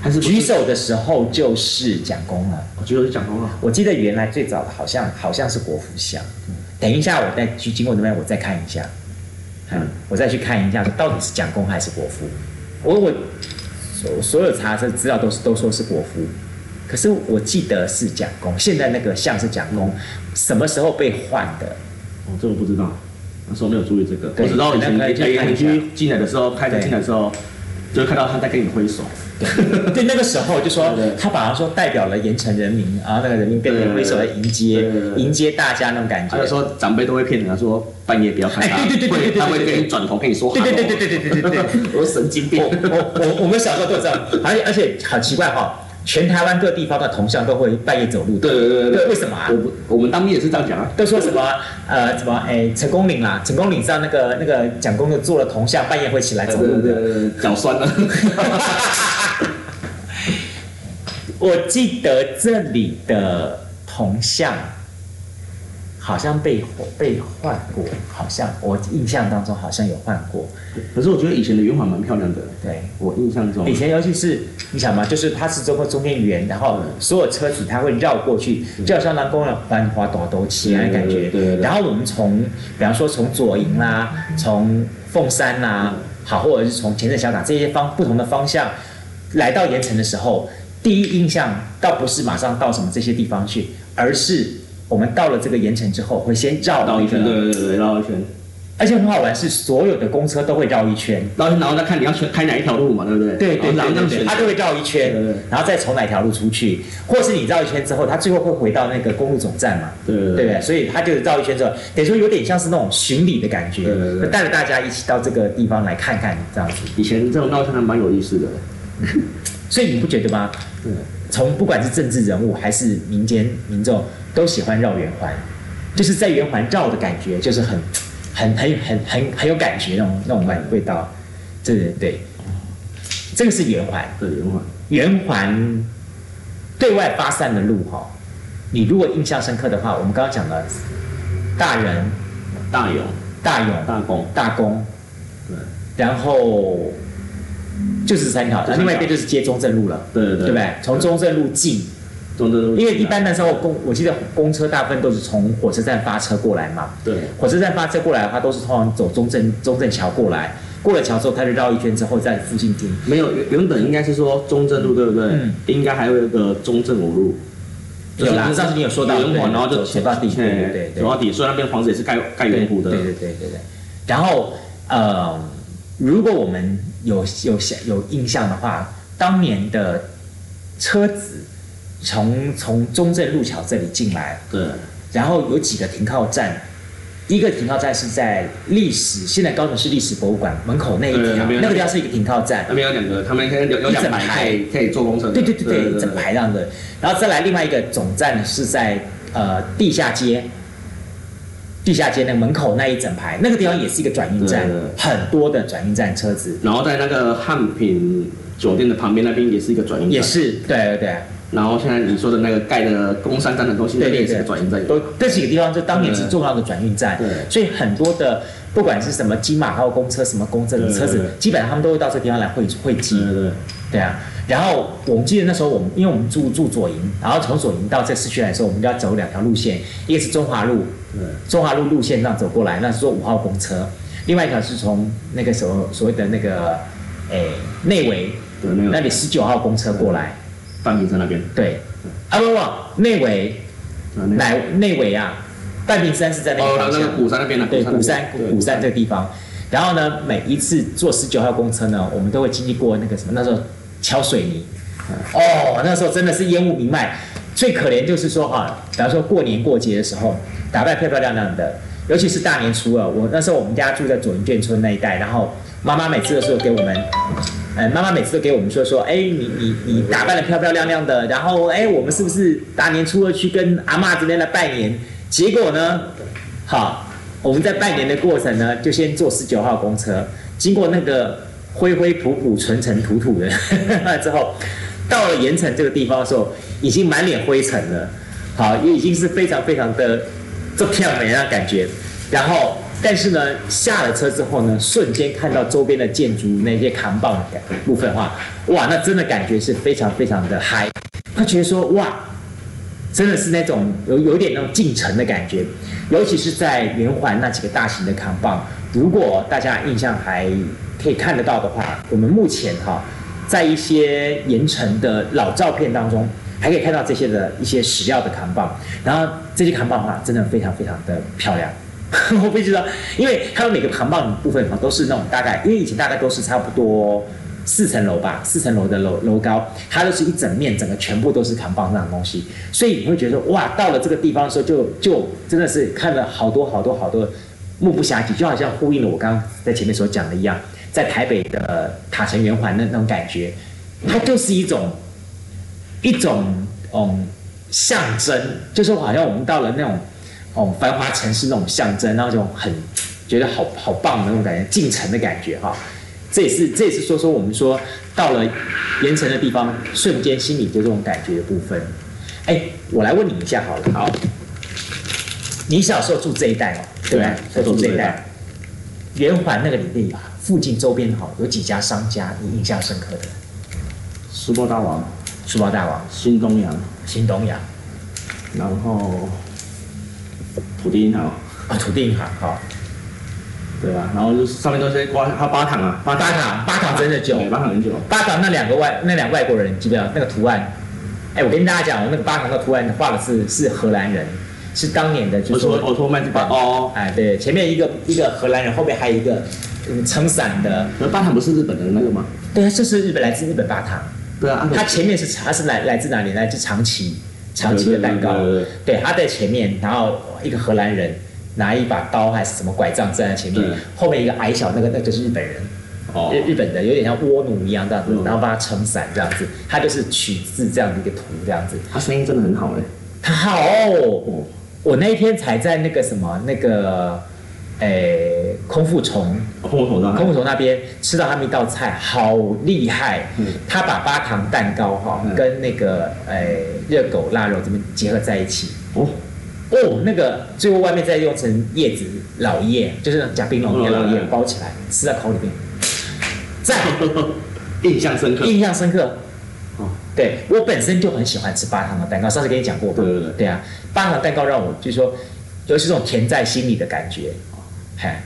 Speaker 2: 还是不是
Speaker 1: 举？手的时候就是蒋公了。
Speaker 2: 哦举手是讲公了。
Speaker 1: 我记得原来最早的好像好像是国服像，等一下我再去经过那边我再看一下，
Speaker 2: 嗯
Speaker 1: 我再去看一下到底是蒋公还是国服。我我所所有查的资料都是都说是国服，可是我记得是蒋公，现在那个像是蒋公，什么时候被换的？
Speaker 2: 哦，这我不知道，那时候没有注意这个。
Speaker 1: 对
Speaker 2: 我只知道以前
Speaker 1: 那可以去
Speaker 2: 以
Speaker 1: 看一
Speaker 2: 前
Speaker 1: 下
Speaker 2: 去进来的时候，开车
Speaker 1: 对
Speaker 2: 进来的时候，就会看到他在跟你挥手。
Speaker 1: 对，那个时候就说
Speaker 2: 对对
Speaker 1: 他把他说代表了盐城人民，然后那个人民变
Speaker 2: 对对
Speaker 1: 成挥手来迎接
Speaker 2: 对对对
Speaker 1: 迎接大家那种感觉
Speaker 2: 还有。说长辈都会骗人，他说半夜不要看他，
Speaker 1: 哎对对对对对对
Speaker 2: 会他会
Speaker 1: 对对
Speaker 2: 跟你转头跟你说
Speaker 1: 对
Speaker 2: hello。啊
Speaker 1: 对对对对对对对对。 哦
Speaker 2: 我说神经病。
Speaker 1: 我我我我们小时候都有这样，而且而且好奇怪哈、全台湾各地方的铜像都会半夜走路的，
Speaker 2: 对对对
Speaker 1: 为什么啊
Speaker 2: 我？们我们当兵也是这样讲啊。
Speaker 1: 都说什么呃什么哎成功岭啦，成功岭上那个那个蒋公就做了铜像，半夜会起来走路的。
Speaker 2: 对，脚酸啊了。
Speaker 1: 我记得这里的铜像好像被被换过，好像我印象当中好像有换过，
Speaker 2: 可是我觉得以前的圆环蛮漂亮的，
Speaker 1: 对。
Speaker 2: 我印象中
Speaker 1: 以。前尤其是你想嘛，就是它是中个中间圆，然后所有车子它会绕过去，就好像南宫的繁华大都市那种感
Speaker 2: 对对
Speaker 1: 觉
Speaker 2: 对对。对
Speaker 1: 然后我们从，比方说从左营啦，从凤山啦，好，或者是从前镇小港这些方不同的方向来到盐城的时候，第一印象倒不是马上到什么这些地方去，而是我们到了这个盐城之后，会先绕
Speaker 2: 绕一圈，
Speaker 1: 个
Speaker 2: 对对对对，绕一圈，
Speaker 1: 而且很好玩是，所有的公车都会绕一圈。
Speaker 2: 绕一圈，然后再看你要选开哪一条路嘛，对不对？
Speaker 1: 对对
Speaker 2: 然后
Speaker 1: 对
Speaker 2: 这样
Speaker 1: 对，啊
Speaker 2: 选。
Speaker 1: 他就会绕一圈
Speaker 2: 对对，
Speaker 1: 然后再从哪条路出去，或是你绕一圈之后，他最后会回到那个公路总站嘛，
Speaker 2: 对对
Speaker 1: 对不对？所以他就绕一圈之后，等于说有点像是那种巡礼的感觉
Speaker 2: 对对，对
Speaker 1: 带着大家一起到这个地方来看看这样子。
Speaker 2: 以前这种绕圈还蛮有意思的。
Speaker 1: 所以你不觉得吗？
Speaker 2: 对，
Speaker 1: 从不管是政治人物还是民间民众，都喜欢绕圆环，就是在圆环绕的感觉，就是很、很、很、很、很很有感觉那种那种味道。对对对，这个是圆环。
Speaker 2: 对圆环。
Speaker 1: 圆环对外发散的路哈，你如果印象深刻的话，我们刚刚讲的大人、
Speaker 2: 大有
Speaker 1: 大勇、
Speaker 2: 大功，
Speaker 1: 大公，
Speaker 2: 对
Speaker 1: 然后就是这三条，
Speaker 2: 这三条
Speaker 1: 另外一边就是接中正路了，
Speaker 2: 对对
Speaker 1: 对不对？从中正路进，
Speaker 2: 中正路，
Speaker 1: 因为一般那时候公，我记得公车大部分都是从火车站发车过来嘛，
Speaker 2: 对
Speaker 1: 火车站发车过来的话，都是通常走中正中正桥过来，过了桥之后，他就绕一圈之后在附近停。
Speaker 2: 没有原原本应该是说中正路对不对？
Speaker 1: 嗯
Speaker 2: 应该还有一个中正五路。
Speaker 1: 有啦，上次你有说到，
Speaker 2: 圆环，然后就
Speaker 1: 走到底，对对对对
Speaker 2: 走。到底，所以那边房子也是盖盖圆弧的。
Speaker 1: 对对对对对。然后呃，如果我们有有想有印象的话，当年的车子从从中正路桥这里进来，
Speaker 2: 对
Speaker 1: 然后有几个停靠站。一个停靠站是在历史，现在高雄市历史博物馆门口那一
Speaker 2: 对
Speaker 1: 条，
Speaker 2: 那边
Speaker 1: 那个地方是一个停靠站。
Speaker 2: 那边有两个，他们可能有有两
Speaker 1: 一整
Speaker 2: 排
Speaker 1: 排
Speaker 2: 可以可以坐公车的。
Speaker 1: 对对对对，一整排这样的。然后再来另外一个总站是在呃地下街，地下街那个门口那一整排，那个地方也是一个转运站
Speaker 2: 对对对，
Speaker 1: 很多的转运站车子
Speaker 2: 然后在那个汉品酒店的旁边那边也是一个转运站，
Speaker 1: 也。是，对对对。
Speaker 2: 然后现在你说的那个盖的工商站的东西，那
Speaker 1: 对对
Speaker 2: 边也是
Speaker 1: 对
Speaker 2: 个，转运站。
Speaker 1: 都这几个地方就当年是重要的转运站
Speaker 2: 对，
Speaker 1: 所以很多的不管是什么金马号公车、什么公车的车
Speaker 2: 对
Speaker 1: 子
Speaker 2: 对嗯对，
Speaker 1: 基本上他们都会到这个地方来汇汇集。
Speaker 2: 对对
Speaker 1: 对啊，然后我们记得那时候我们，因为我们住住左营，然后从左营到这市区来的时候，我们就要走两条路线，一个是中华路，
Speaker 2: 对
Speaker 1: 中华路路线上走过来，那是坐五号公车；另外一条是从那个所所谓的那个诶内围
Speaker 2: 对，那
Speaker 1: 那
Speaker 2: 个
Speaker 1: 里十九号公车过来，
Speaker 2: 半屏山那边，
Speaker 1: 对，啊不不，内围
Speaker 2: 对那
Speaker 1: 哪
Speaker 2: 个
Speaker 1: 内围啊？半屏山是在那
Speaker 2: 哦
Speaker 1: 个，方
Speaker 2: 那
Speaker 1: 向，
Speaker 2: 个鼓山那边的，
Speaker 1: 对
Speaker 2: 那边
Speaker 1: 鼓山
Speaker 2: 对
Speaker 1: 鼓山这个地方。然后呢，每一次坐十九号公车呢，我们都会经历过那个什么，那时候敲水泥，
Speaker 2: 嗯
Speaker 1: 哦，那时候真的是烟雾弥漫。最可怜就是说哈，比方说过年过节的时候，打扮漂漂亮亮的，尤其是大年初二，我那时候我们家住在左营眷村那一带，然后妈妈每次都说给我们，呃，妈妈每次都给我们说说，哎，你你你打扮的漂漂亮亮的，然后哎，我们是不是大年初二去跟阿嬷这边来拜年？结果呢，好，我们在拜年的过程呢，就先坐十九号公车，经过那个灰灰土土、尘尘土土的 之后，到了盐城这个地方的时候，已经满脸灰尘了，好，也已经是非常非常的这漂亮的感觉。然后，但是呢，下了车之后呢，瞬间看到周边的建筑那些扛棒的部分的话，哇，那真的感觉是非常非常的嗨。他觉得说，哇，真的是那种有有点那种进城的感觉，尤其是在圆环那几个大型的扛棒，如果大家印象还可以看得到的话，我们目前哈、在一些盐城的老照片当中，还可以看到这些的一些史料的扛棒，然后这些扛棒的话，真的非常非常的漂亮。 我不知道，因为它们每个扛棒的部分哈都是那种大概，因为以前大概都是差不多四层楼吧，四层楼的楼楼高，它都是一整面，整个全部都是扛棒上的东西，所以你会觉得哇，到了这个地方的时候就，就真的是看了好多好多好多目不暇接，就好像呼应了我刚刚在前面所讲的一样，在台北的塔城圆环的那种感觉，它就是一种一种嗯象征，就是好像我们到了那种哦繁华城市那种象征，然后那种很觉得好好棒的那种感觉，进城的感觉哈、这也是这也是说说我们说到了盐城的地方，瞬间心里就这种感觉的部分。哎，我来问你一下好了，好，你小时候住这一带哦，对
Speaker 2: 对
Speaker 1: 吧
Speaker 2: 啊？
Speaker 1: 我住这
Speaker 2: 小时候住这
Speaker 1: 一
Speaker 2: 一
Speaker 1: 带
Speaker 2: 带，
Speaker 1: 圆环那个里面有附近周边好有几家商家你印象深刻的？
Speaker 2: 书包大王、
Speaker 1: 书包大王、
Speaker 2: 新东阳，
Speaker 1: 新东阳
Speaker 2: 然后土地银行，
Speaker 1: 啊，土地银行哈，
Speaker 2: 对吧、然后就是上面都是挂还有八糖啊，八
Speaker 1: 八塔八塔真的久，
Speaker 2: 对，八糖很久。
Speaker 1: 巴掌那两个外那两个外国人，记不记得那个图案？哎，我跟大家讲，我那个巴掌的图案画的是是荷兰人，是当年的，就
Speaker 2: 我
Speaker 1: 是
Speaker 2: 说我说麦子八哦，
Speaker 1: 哎，对，前面一个一个荷兰人，后面还有一个嗯撑伞的，
Speaker 2: 那八糖不是日本的那个吗？
Speaker 1: 对，啊这是日本来自日本巴塔，
Speaker 2: 对啊，
Speaker 1: 它前面是它是来来自哪里？来自长崎，长崎的蛋糕
Speaker 2: 对对对对，
Speaker 1: 对，他在前面，然后一个荷兰人拿一把刀还是什么拐杖站在前面
Speaker 2: 对，
Speaker 1: 后面一个矮小那个那就是日本人。
Speaker 2: 哦
Speaker 1: 日日本的有点像倭奴一样这样子，
Speaker 2: 嗯
Speaker 1: 然后帮他撑伞这样子，他就是取自这样的一个图这样子。
Speaker 2: 他声音真的很好哎、
Speaker 1: 他好、
Speaker 2: 哦，
Speaker 1: 我那一天才在那个什么那个，诶、空腹虫
Speaker 2: 我哦碰我头上
Speaker 1: 空腹虫那边吃到他们一道菜，好厉害
Speaker 2: 嗯！
Speaker 1: 他把巴糖蛋糕哈、
Speaker 2: 嗯
Speaker 1: 跟那个诶热、狗腊肉这边结合在一起。
Speaker 2: 哦，
Speaker 1: 哦，那个最后外面再用层叶子老叶，就是那种加冰龙
Speaker 2: 嗯
Speaker 1: 的老叶包起来，吃在口里面，赞！
Speaker 2: 哦印象 深刻。
Speaker 1: 印象深刻。
Speaker 2: 哦
Speaker 1: 对我本身就很喜欢吃巴糖的蛋糕，上次跟你讲过吧？
Speaker 2: 对对对
Speaker 1: 啊，巴糖蛋糕让我就是说，尤其这种甜在心里的感觉，嗨，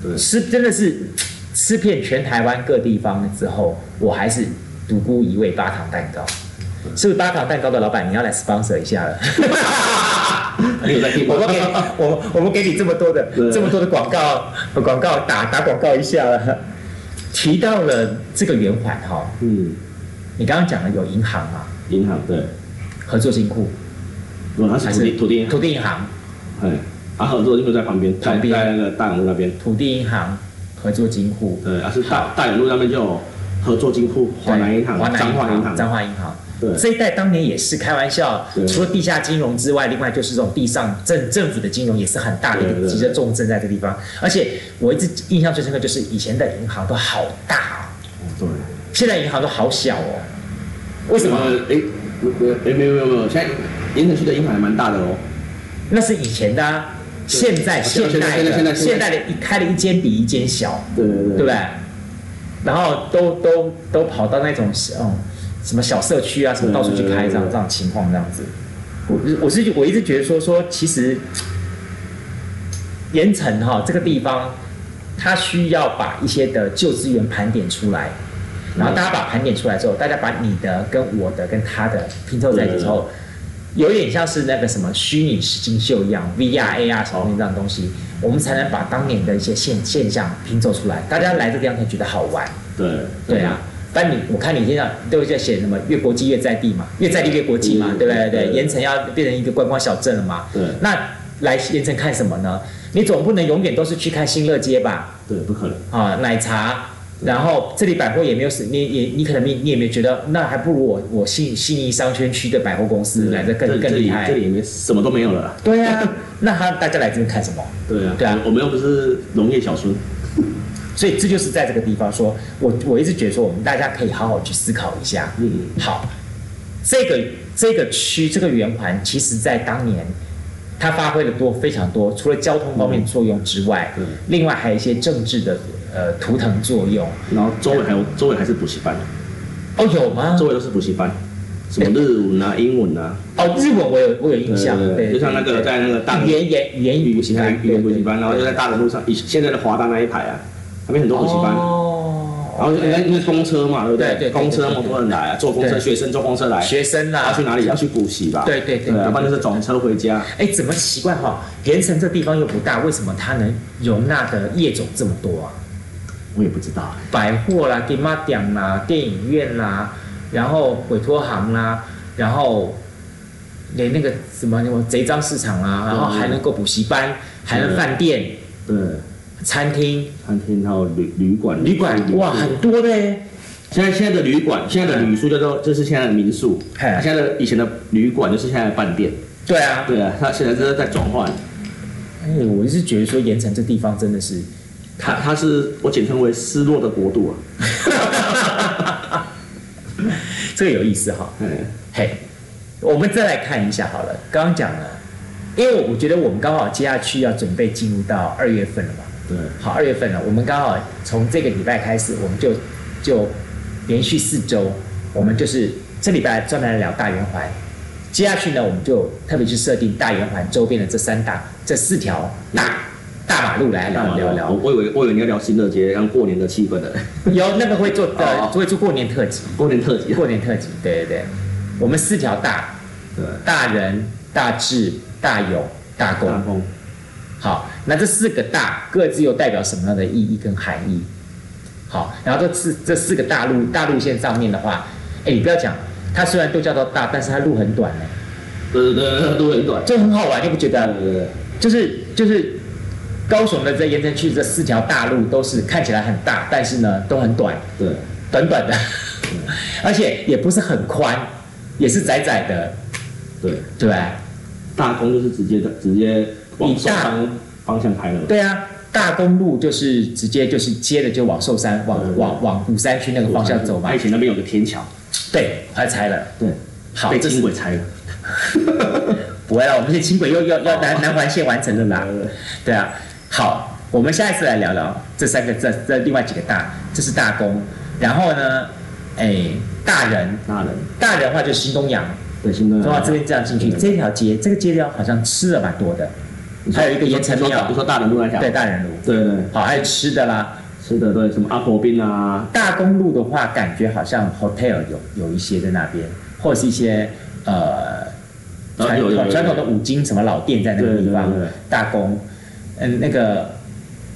Speaker 2: 对
Speaker 1: 吃真的是吃遍全台湾各地方之后，我还是独孤一味巴糖蛋糕。是不是巴糖蛋糕的老板，你要来 sponsor 一 下了？
Speaker 2: 你有在听吗
Speaker 1: 我们给我们我们给你这么多的
Speaker 2: 对
Speaker 1: 这么多的广告广告打打广告一下了。提到了这个圆环哈，
Speaker 2: 嗯，
Speaker 1: 你刚刚讲的有银行嘛，
Speaker 2: 银行对，
Speaker 1: 合作金库
Speaker 2: 如果他是土地土地银行，
Speaker 1: 土地银行、
Speaker 2: 哎，啊，合作就会在旁边，在
Speaker 1: 旁边
Speaker 2: 在那个大洋路那边，
Speaker 1: 土地银行合作金库、
Speaker 2: 对，啊是大大洋路那边就有合作金库、华南银行
Speaker 1: 华、南
Speaker 2: 彰化银行，
Speaker 1: 彰化银行。
Speaker 2: 对
Speaker 1: 这一代当年也是开玩笑
Speaker 2: 对，
Speaker 1: 除了地下金融之外，另外就是这种地上政政府的金融也是很大的一
Speaker 2: 对
Speaker 1: 个
Speaker 2: 对
Speaker 1: 急着重镇在这地方。而且我一直印象最深刻就是以前的银行都好大哦，
Speaker 2: 对，
Speaker 1: 现在银行都好小哦。为什么？
Speaker 2: 呃？哎，不不哎，没有没有没有，现在盐城区的银行还蛮大的哦，
Speaker 1: 那是以前的、啊，
Speaker 2: 对
Speaker 1: 现在
Speaker 2: 现在
Speaker 1: 现代
Speaker 2: 现在现
Speaker 1: 的
Speaker 2: 在
Speaker 1: 现代的一开了一间比一间小。
Speaker 2: 对对对
Speaker 1: 对不对？然后都都都跑到那种嗯什么小社区啊，什么到处去开这样
Speaker 2: 对对对
Speaker 1: 这样情况这样子。我是我是我一直觉得说说，其实盐城哈、这个地方，它需要把一些的旧资源盘点出来，然后大家把盘点出来之后，大家把你的跟我的跟他的拼凑在一起之后，有点像是那个什么虚拟实境秀一样，VR、AR 什么那样东西，我们才能把当年的一些现现象拼凑出来，大家来这地方才觉得好玩。
Speaker 2: 对
Speaker 1: 对啊，，但你我看你现在都在写什么越国际越在地嘛，越在地越国际嘛，
Speaker 2: 嗯
Speaker 1: 对不对？
Speaker 2: 对对
Speaker 1: 对，
Speaker 2: 对
Speaker 1: 盐城要变成一个观光小镇了嘛。
Speaker 2: 对
Speaker 1: 那来盐城看什么呢？你总不能永远都是去看新乐街吧？
Speaker 2: 对，不可能，
Speaker 1: 啊，奶茶然后这里百货也没有死，你也你可能你你也没有觉得，那还不如我我信信义商圈区的百货公司来的嗯更
Speaker 2: 嗯这
Speaker 1: 更厉
Speaker 2: 这里
Speaker 1: 害
Speaker 2: 这。里也没什么都没有了啦。
Speaker 1: 对啊，那他大家来这边看什么？
Speaker 2: 对啊，
Speaker 1: 对啊
Speaker 2: 我们又不是农业小村，
Speaker 1: 所以这就是在这个地方说，我我一直觉得说，我们大家可以好好去思考一下。
Speaker 2: 嗯，
Speaker 1: 好，这个这个区这个圆环，其实在当年它发挥了多非常多，除了交通方面的作用之外，
Speaker 2: 嗯
Speaker 1: 另外还有一些政治的呃图腾作用。
Speaker 2: 然后周围还
Speaker 1: 啊
Speaker 2: 有周围还是补习班，
Speaker 1: 哦，有吗
Speaker 2: 周？围都是补习班，什么日文啊、英文啊，
Speaker 1: 哦，日文我有我有印象，对对
Speaker 2: 就像那个
Speaker 1: 对
Speaker 2: 在那个大
Speaker 1: 语言言语言
Speaker 2: 语
Speaker 1: 语
Speaker 2: 补习班、语言补习班，然后就在大的路上，以现在的华大那一排啊，那边很多补习班。
Speaker 1: 哦，
Speaker 2: 然后哎因为因为公车嘛，对不
Speaker 1: 对对对
Speaker 2: 公车
Speaker 1: 对对
Speaker 2: 摩托人来啊，坐公车
Speaker 1: 对
Speaker 2: 学生坐公车来，
Speaker 1: 学生啊啦、
Speaker 2: 要去哪里？要去补习吧？
Speaker 1: 对对对
Speaker 2: 对啊，
Speaker 1: 对
Speaker 2: 要不然就是转车回家。
Speaker 1: 哎，怎么奇怪哈、盐城这地方又不大，为什么它能容纳的业种这么多啊？
Speaker 2: 我也不知道，
Speaker 1: 百货啦、金马店啦、电影院啦，然后委托行啦，然后连那个什么什么贼赃市场啦，然后还能够补习班，还能饭店、
Speaker 2: 对，
Speaker 1: 餐厅、
Speaker 2: 餐厅还有旅旅馆，
Speaker 1: 旅馆，
Speaker 2: 宿
Speaker 1: 哇，很多的欸
Speaker 2: 现在现在的旅馆，现在的旅宿叫做就是现在的民宿，
Speaker 1: 嘿
Speaker 2: 它现在的以前的旅馆就是现在的饭店，
Speaker 1: 对啊，
Speaker 2: 对啊，它现在就是在转换，
Speaker 1: 哎，我是觉得说盐城这地方真的是，
Speaker 2: 它它是我简称为失落的国度啊，
Speaker 1: 这个有意思哈、
Speaker 2: 嗯，
Speaker 1: 嘿，我们再来看一下好了，刚刚讲了，因为我觉得我们刚好接下去要准备进入到二月份了嘛。
Speaker 2: 对，
Speaker 1: 好，二月份了，我们刚好从这个礼拜开始，我们就就连续四周，我们就是这礼拜专门来聊大圆环，接下去呢，我们就特别去设定大圆环周边的这三大、这四条大大马路来聊聊
Speaker 2: 我
Speaker 1: 聊。
Speaker 2: 我以为我以为你要聊新乐街，让过年的气氛的，
Speaker 1: 有那个会做的
Speaker 2: 哦，
Speaker 1: 会做过年特辑，
Speaker 2: 过年特辑，
Speaker 1: 过年特辑，对对对，我们四条大
Speaker 2: 对，
Speaker 1: 大人、大智、大勇、大
Speaker 2: 大
Speaker 1: 公。
Speaker 2: 风，
Speaker 1: 好，那这四个大各自又代表什么样的意义跟含义？好，然后这四这四个大路大路线上面的话，哎，你不要讲，它虽然都叫做大，但是它路很短呢，
Speaker 2: 对对对，都很短，
Speaker 1: 就很好玩，你不觉
Speaker 2: 对
Speaker 1: 得？
Speaker 2: 对对，
Speaker 1: 就是就是高雄的这盐城区这四条大路都是看起来很大，但是呢都很短，
Speaker 2: 对，
Speaker 1: 短短的， 而且也不是很宽，也是窄窄的，
Speaker 2: 对，
Speaker 1: 对不对？
Speaker 2: 大工就是直接的直接往
Speaker 1: 以
Speaker 2: 上
Speaker 1: 大
Speaker 2: 方方向开了嘛，
Speaker 1: 对啊，大公路就是直接就是接着就往寿山往
Speaker 2: 嗯
Speaker 1: 往往鼓山区那个方向走嘛
Speaker 2: 它以。前那边有个天桥，
Speaker 1: 对，他拆了。
Speaker 2: 对，
Speaker 1: 好，
Speaker 2: 被
Speaker 1: 这
Speaker 2: 轻
Speaker 1: 是
Speaker 2: 轨拆了，
Speaker 1: 不会了，我们这轻轨又要要南南环线完成了啦。
Speaker 2: 对
Speaker 1: 对啊，好，我们下一次来聊聊这三个这这另外几个大，这是大公，然后呢，哎，大人，
Speaker 2: 大人，
Speaker 1: 大人的话就是新东阳，
Speaker 2: 对，新的
Speaker 1: 从这边这样进
Speaker 2: 嗯
Speaker 1: 去，这条街这个街道好像吃的蛮多的，还有一个盐城
Speaker 2: 你说
Speaker 1: 庙
Speaker 2: 你，说大人路那条，
Speaker 1: 啊对，大人路，
Speaker 2: 对对，
Speaker 1: 好，还有吃的啦。
Speaker 2: 是的，对，什么阿婆冰啊，
Speaker 1: 大公路的话，感觉好像 hotel 有有一些在那边，或者是一些呃
Speaker 2: 啊
Speaker 1: 传
Speaker 2: 有有
Speaker 1: 统
Speaker 2: 有
Speaker 1: 传统的五金什么老店在那个地方
Speaker 2: 对对对，
Speaker 1: 大公，嗯，那个。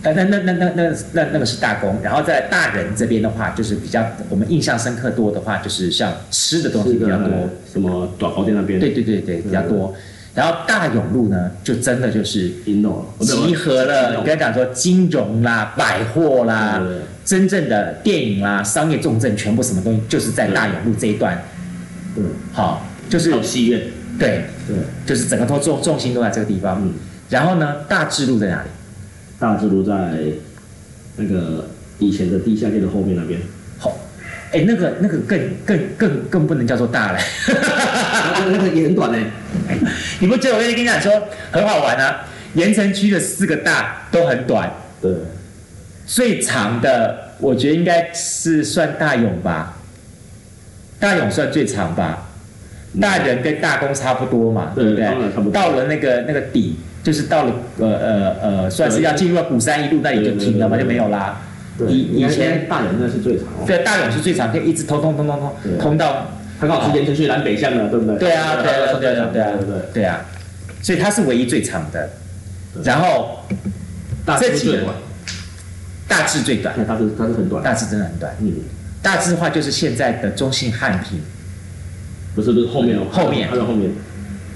Speaker 1: 呃那那那那那那那个是大公，然后在大人这边的话，就是比较我们印象深刻多的话，就是像吃的东西
Speaker 2: 是
Speaker 1: 哦比较
Speaker 2: 的，
Speaker 1: 多，
Speaker 2: 对什么短高店那边，
Speaker 1: 对，对对对，比较多。然后大永路呢，就真的就是
Speaker 2: 银楼我没有
Speaker 1: 集合了，你
Speaker 2: 银楼
Speaker 1: 刚才讲说金融啦、百货啦
Speaker 2: 对对对、
Speaker 1: 真正的电影啦、商业重镇，全部什么东西，就是在大勇路这一段，
Speaker 2: 对，
Speaker 1: 好，就是
Speaker 2: 还有戏院，
Speaker 1: 对，
Speaker 2: 对，
Speaker 1: 就是整个都重重心都在这个地方
Speaker 2: 嗯。
Speaker 1: 然后呢，大智路在哪里？
Speaker 2: 大智路在那个以前的地下街的后面那 边，
Speaker 1: 好，哎，那个那个更更更更不能叫做大了。
Speaker 2: 那那个也很短呢，
Speaker 1: 你不觉得我跟你讲说很好玩啊？盐城区的四个大都很短，
Speaker 2: 对，
Speaker 1: 最长的我觉得应该是算大勇吧，大勇算最长吧，大人跟大公差不多嘛，
Speaker 2: 对
Speaker 1: 对不对
Speaker 2: 当然差不？多
Speaker 1: 到了那个那个底，就是到了呃呃呃，算是
Speaker 2: 对
Speaker 1: 要进入到鼓山一路那里就停了嘛，
Speaker 2: 对对对对
Speaker 1: 就没有啦。
Speaker 2: 对，
Speaker 1: 以以
Speaker 2: 应该
Speaker 1: 前
Speaker 2: 大人那是最长哦，
Speaker 1: 对大勇是最长，可以一直通通通通通
Speaker 2: 对
Speaker 1: 通到，
Speaker 2: 他刚好是延伸去南北向的，对不对？
Speaker 1: 对啊对啊对啊对啊
Speaker 2: 对对。
Speaker 1: 对啊，所以它是唯一最长的，
Speaker 2: 对
Speaker 1: 然后
Speaker 2: 大
Speaker 1: 这
Speaker 2: 致
Speaker 1: 几个
Speaker 2: 最短，
Speaker 1: 大致最短，
Speaker 2: 那大致大致很
Speaker 1: 大
Speaker 2: 短，
Speaker 1: 致真的很短，
Speaker 2: 嗯，
Speaker 1: 大致的话就是现在的中信汉平。
Speaker 2: 不是不是后面哦，
Speaker 1: 后面
Speaker 2: 还有后面，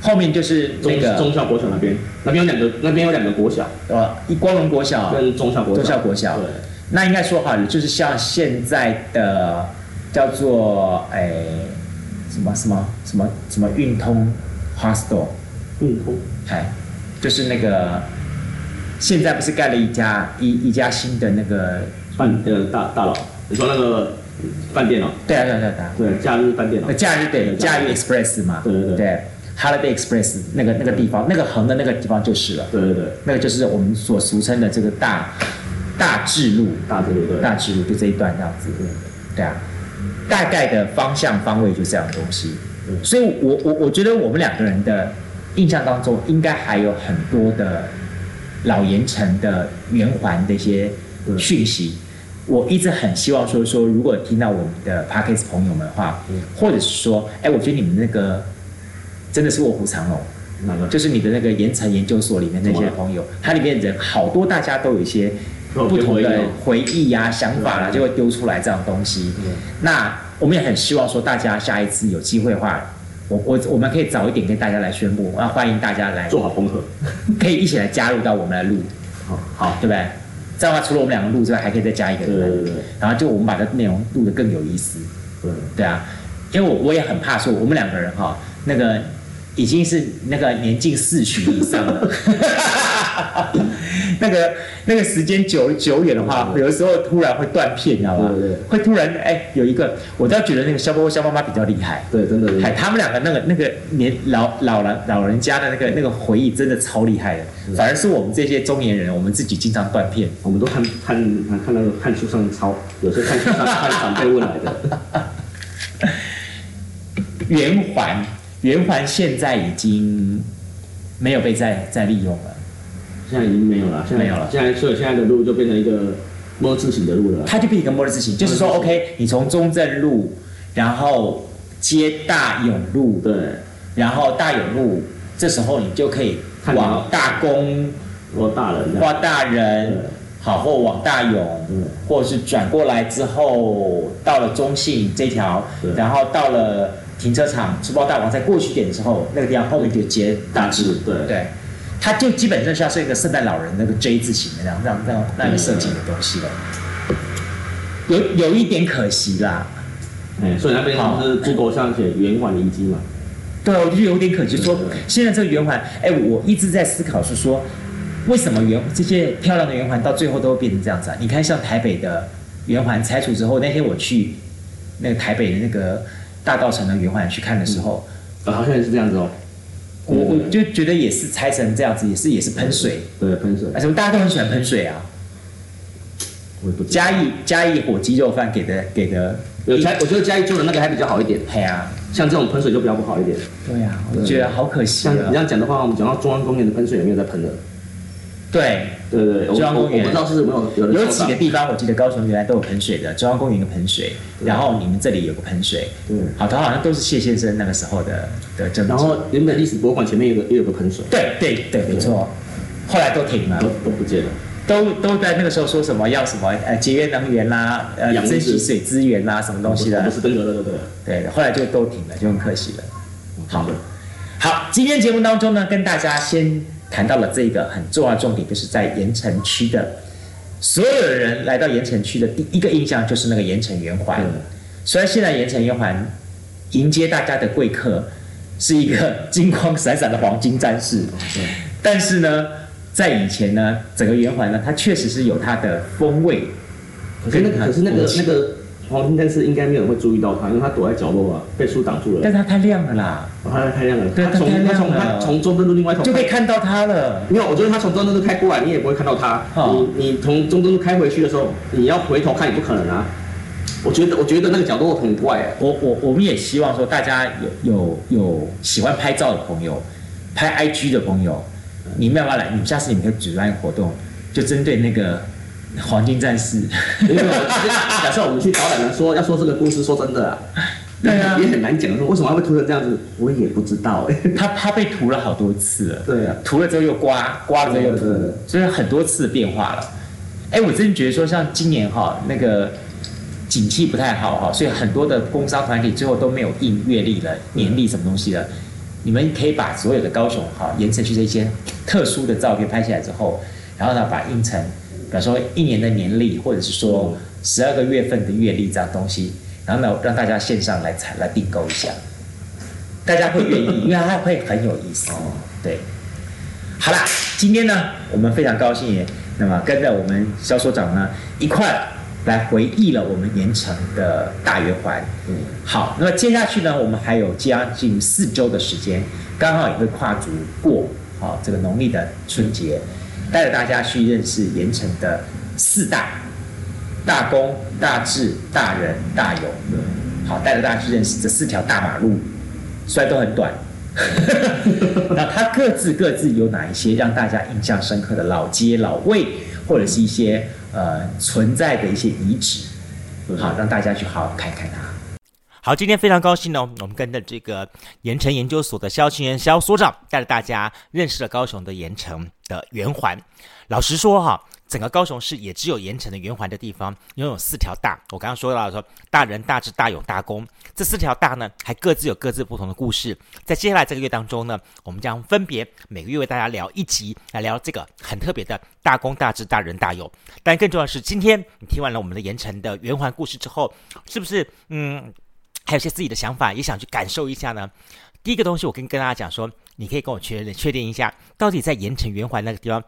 Speaker 1: 后面就是
Speaker 2: 中、
Speaker 1: 那个
Speaker 2: 中校国小那边，那边有两个，那边有两个国小
Speaker 1: 呃，一光荣国小，
Speaker 2: 跟中校国小。
Speaker 1: 中校国小
Speaker 2: 对，
Speaker 1: 那应该说好了，就是像现在的叫做哎什么什么什么什么运通 hostel，
Speaker 2: 运通
Speaker 1: 哎，就是那个现在不是盖了一家一一家新的那个
Speaker 2: 饭呃大大佬，你说那个饭店哦，
Speaker 1: 对啊对啊对啊对啊，
Speaker 2: 对，假日饭店
Speaker 1: 那
Speaker 2: 哦，
Speaker 1: 假日对
Speaker 2: 对
Speaker 1: 假日 express 嘛，
Speaker 2: 对对对
Speaker 1: Holiday Express 那个那个地方，那个横的那个地方就是了，
Speaker 2: 对对对，
Speaker 1: 那个就是我们所俗称的这个大大智路，
Speaker 2: 大这个对，
Speaker 1: 大致就这一段这样子，对啊，大概的方向方位就这样的东西。
Speaker 2: 嗯
Speaker 1: 所以我我我觉得我们两个人的印象当中，应该还有很多的老盐城的圆环的一些
Speaker 2: 嗯
Speaker 1: 讯息。我一直很希望说说，如果听到我们的 p a r k e s 朋友们的话，
Speaker 2: 嗯
Speaker 1: 或者是说，哎、我觉得你们那个真的是卧虎藏龙，
Speaker 2: 哪个？
Speaker 1: 就是你的那个盐城研究所里面那
Speaker 2: 怎
Speaker 1: 些
Speaker 2: 么了
Speaker 1: 朋友，它里面人好多，大家都有一些
Speaker 2: 哦
Speaker 1: 不同
Speaker 2: 有
Speaker 1: 的
Speaker 2: 有有
Speaker 1: 回忆呀、想法啦、
Speaker 2: 嗯
Speaker 1: 就会丢出来这样东西。
Speaker 2: 嗯
Speaker 1: 那我们也很希望说，大家下一次有机会的话，我我我们可以早一点跟大家来宣布，啊，欢迎大家来，
Speaker 2: 做好缝合，
Speaker 1: 可以一起来加入到我们来录，
Speaker 2: 好，好，
Speaker 1: 对不对？这样的话，除了我们两个录之外，还可以再加一个
Speaker 2: 对
Speaker 1: 人来
Speaker 2: 对
Speaker 1: 录，
Speaker 2: 对对
Speaker 1: 然后就我们把这内容录得更有意思。
Speaker 2: 对，
Speaker 1: 对啊，因为我我也很怕说我们两个人哈、那个已经是那个年近四旬以上 了，那个那个时间久久远的话，有的时候突然会断片，你知道吗？
Speaker 2: 对对
Speaker 1: 会突然哎有一个，我倒觉得那个肖波肖妈妈比较厉害。
Speaker 2: 对，真的真
Speaker 1: 哎，
Speaker 2: 的，
Speaker 1: 他们两个那个那个年老老人老人家的那个那个回忆真的超厉害的，反而是我们这些中年人，我们自己经常断片。
Speaker 2: 我们都看看看看那个看书上抄，有时候看书上看长辈问来 的，
Speaker 1: 圆环，圆环现在已经没有被再再利用了。
Speaker 2: 现在已经没有了，现在
Speaker 1: 没有了
Speaker 2: 现在所以现在的路就变成一个摸字形的路了，
Speaker 1: 它就变成一个末日之行，就是说
Speaker 2: 末日之
Speaker 1: ，OK，你从中正路，然后接大勇路，
Speaker 2: 对，
Speaker 1: 然后大勇路，这时候你就可以
Speaker 2: 看到
Speaker 1: 往大公、
Speaker 2: 我大人这样，
Speaker 1: 花大人
Speaker 2: 对，
Speaker 1: 好，或往大勇
Speaker 2: 嗯，
Speaker 1: 或者是转过来之后到了中信这条
Speaker 2: 对，
Speaker 1: 然后到了停车场书包大王再过去一点之后，那个地方后面就接大
Speaker 2: 致
Speaker 1: 致，
Speaker 2: 对
Speaker 1: 对。它就基本上像是一个圣诞老人那个 J 字形的那样、那样、那样、那样设计的东西了，有有一点可惜啦。
Speaker 2: 哎，所以那边
Speaker 1: 好
Speaker 2: 就是 Google 上写圆环遗迹嘛，
Speaker 1: 对，我就有点可惜，说
Speaker 2: 对对对
Speaker 1: 现在这个圆环，哎，我一直在思考是说，为什么圆这些漂亮的圆环到最后都会变成这样子啊？你看，像台北的圆环拆除之后，那天我去那个台北的那个大道城的圆环去看的时候，
Speaker 2: 啊，好像也是这样子哦，
Speaker 1: 我
Speaker 2: 对
Speaker 1: 我就觉得也是拆成这样子，也是也是喷水，
Speaker 2: 对，喷水
Speaker 1: 啊，，
Speaker 2: 哎
Speaker 1: 什么大家都很喜欢喷水啊。
Speaker 2: 我也不知道
Speaker 1: 嘉义嘉义火鸡肉饭给的给的，
Speaker 2: 有嘉，我觉得嘉义做的那个还比较好一点，
Speaker 1: 嘿啊，
Speaker 2: 像这种喷水就比较不好一点。
Speaker 1: 对啊，我觉得好可惜
Speaker 2: 像你这
Speaker 1: 啊。
Speaker 2: 样讲的话，我们讲到中央公园的喷水有没有在喷的？
Speaker 1: 对，
Speaker 2: 对对对，我
Speaker 1: 中央
Speaker 2: 我
Speaker 1: 公园
Speaker 2: 我不知道是有没有有人
Speaker 1: 有
Speaker 2: 受
Speaker 1: 几
Speaker 2: 伤
Speaker 1: 个地方，我记得高雄原来都有喷水的，中央公园有个喷水，
Speaker 2: 对
Speaker 1: 然后你们这里有个喷水，
Speaker 2: 对
Speaker 1: 好，它好像都是谢先生那个时候的的政
Speaker 2: 然后原本历史博物馆前面有个也有个喷水，
Speaker 1: 对对对，没错，后来都停了
Speaker 2: 都，都不见了。
Speaker 1: 都都在那个时候说什么要什么呃节约能源啦，呃
Speaker 2: 养殖
Speaker 1: 珍惜水资源啦，什么东西
Speaker 2: 我
Speaker 1: 的
Speaker 2: 不，是登革热，对不对？
Speaker 1: 对，后来就都停了，就很可惜了。好
Speaker 2: 的，
Speaker 1: 好，今天节目当中呢，跟大家先谈到了这个很重要的重点，就是在盐城区的所有人来到盐城区的第一个印象就是那个盐城圆环。
Speaker 2: 嗯
Speaker 1: 虽然现在盐城圆环迎接大家的贵客是一个金光闪闪的黄金战士，
Speaker 2: 对
Speaker 1: 但是呢，在以前呢，整个圆环呢，它确实是有它的风味。
Speaker 2: 可是那个可是那
Speaker 1: 我
Speaker 2: 个
Speaker 1: 们
Speaker 2: 那个黄金战士应该没有人会注意到他，因为他躲在角落啊，被树挡住了
Speaker 1: 但。它太亮了啦，
Speaker 2: 哦他太亮了，
Speaker 1: 对
Speaker 2: 他从
Speaker 1: 他太亮
Speaker 2: 他从
Speaker 1: 了
Speaker 2: 他从中正路另外一头
Speaker 1: 就可以看到它了。
Speaker 2: 没有，我觉得他从中正路开过来，你也不会看到他。
Speaker 1: 哦
Speaker 2: 你你从中正路开回去的时候，你要回头看也不可能啊。我觉得我觉得那个角度很怪哎、
Speaker 1: 我我我们也希望说，大家有有有喜欢拍照的朋友，拍 IG 的朋友，你们要不要来？你们下次你们可以举办一个活动，就针对那个黄金战士。
Speaker 2: 因为我直接假设我们去导览了，说要说这个故事，说真的啊，
Speaker 1: 对啊
Speaker 2: 也很难讲说为什么他会涂成这样子，我也不知道哎、
Speaker 1: 他他被涂了好多次了，
Speaker 2: 对啊，啊
Speaker 1: 涂了之后又刮，刮了之后又
Speaker 2: 对对
Speaker 1: 涂
Speaker 2: 对，
Speaker 1: 所以很多次的变化了。哎，我真的觉得说，像今年哈那个景气不太好哈，所以很多的工商团体最后都没有印月历了、年历什么东西了。你们可以把所有的高雄哈盐城区的一些特殊的照片拍下来之后，然后呢把印成，比方说一年的年历，或者是说十二个月份的月历这样东西，然后呢让大家线上来采来订购一下，大家会愿意，因为它会很有意思。对，好啦，今天呢我们非常高兴也，那么跟着我们肖所长呢一块儿来回忆了我们盐城的大圆环。好，那么接下去呢，我们还有将近四周的时间，刚好也会跨足过好、这个农历的春节，带着大家去认识盐城的四大大公、大智、大仁、大勇。好，带着大家去认识这四条大马路，虽然都很短。 那它各自各自有哪一些让大家印象深刻的老街、老味，或者是一些呃存在的一些遗址，好让大家去好好看看它。
Speaker 3: 好，今天非常高兴呢，我们跟着这个盐城研究所的肖庆元肖所长，带着大家认识了高雄的盐城的圆环。老实说哈、整个高雄市也只有盐城的圆环的地方拥有四条大，我刚刚说到了说大仁、大智、大勇、大公这四条大呢，还各自有各自不同的故事。在接下来这个月当中呢，我们将分别每个月为大家聊一集，来聊这个很特别的大公、大智、大仁、大勇。但更重要的是，今天你听完了我们的盐城的圆环故事之后，是不是嗯？还有一些自己的想法，也想去感受一下呢。第一个东西，我跟跟大家讲说，你可以跟我确认确定一下，到底在盐城圆环那个地方，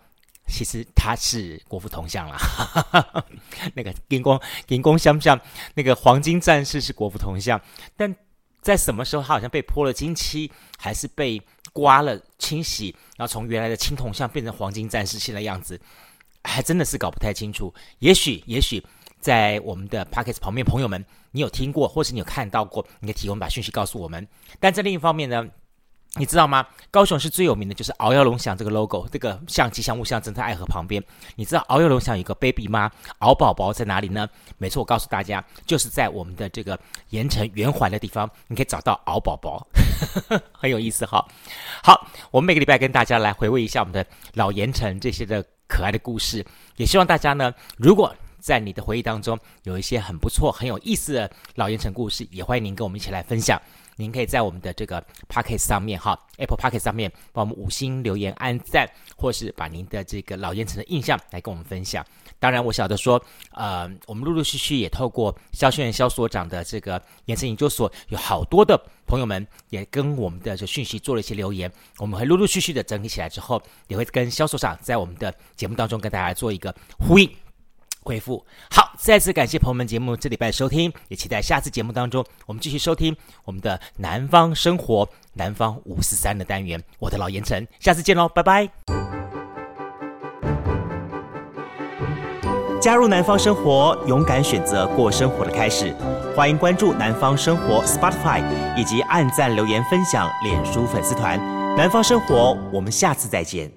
Speaker 3: 其实它是国父铜像啦。 那个银光银光相像，那个黄金战士是国父铜像，但在什么时候它好像被泼了金漆，还是被刮了清洗，然后从原来的青铜像变成黄金战士现在样子，还真的是搞不太清楚。也许，也许在我们的 p o c k e t 旁边朋友们，你有听过，或是你有看到过，你可以提供把讯息告诉我们。但在另一方面呢，你知道吗？高雄市最有名的就是敖耀龙祥这个 logo，这个相机相物象征在爱河旁边。你知道敖耀龙祥有个 baby 吗？敖宝宝在哪里呢？没错，我告诉大家，就是在我们的这个盐城圆环的地方，你可以找到敖宝宝， 很有意思哈。好，我们每个礼拜跟大家来回味一下我们的老盐城这些的可爱的故事，也希望大家呢，如果在你的回忆当中有一些很不错、很有意思的老盐城故事，也欢迎您跟我们一起来分享。您可以在我们的这个 p o c k e t 上面哈，Apple p o c k e t 上面帮我们五星留言、按赞，或是把您的这个老盐城的印象来跟我们分享。当然，我晓得说，呃，我们陆陆续续也透过肖轩元肖所长的这个延伸研究所，有好多的朋友们也跟我们的这讯息做了一些留言，我们会陆陆续续的整理起来之后，也会跟肖所长在我们的节目当中跟大家做一个呼应。回复好，再次感谢朋友们节目这礼拜的收听，也期待下次节目当中我们继续收听我们的南方生活南方五四三的单元。我的老盐城，下次见喽，拜拜。
Speaker 4: 加入南方生活，勇敢选择过生活的开始。欢迎关注南方生活 Spotify，以及按赞、留言、分享脸书粉丝团。南方生活，我们下次再见。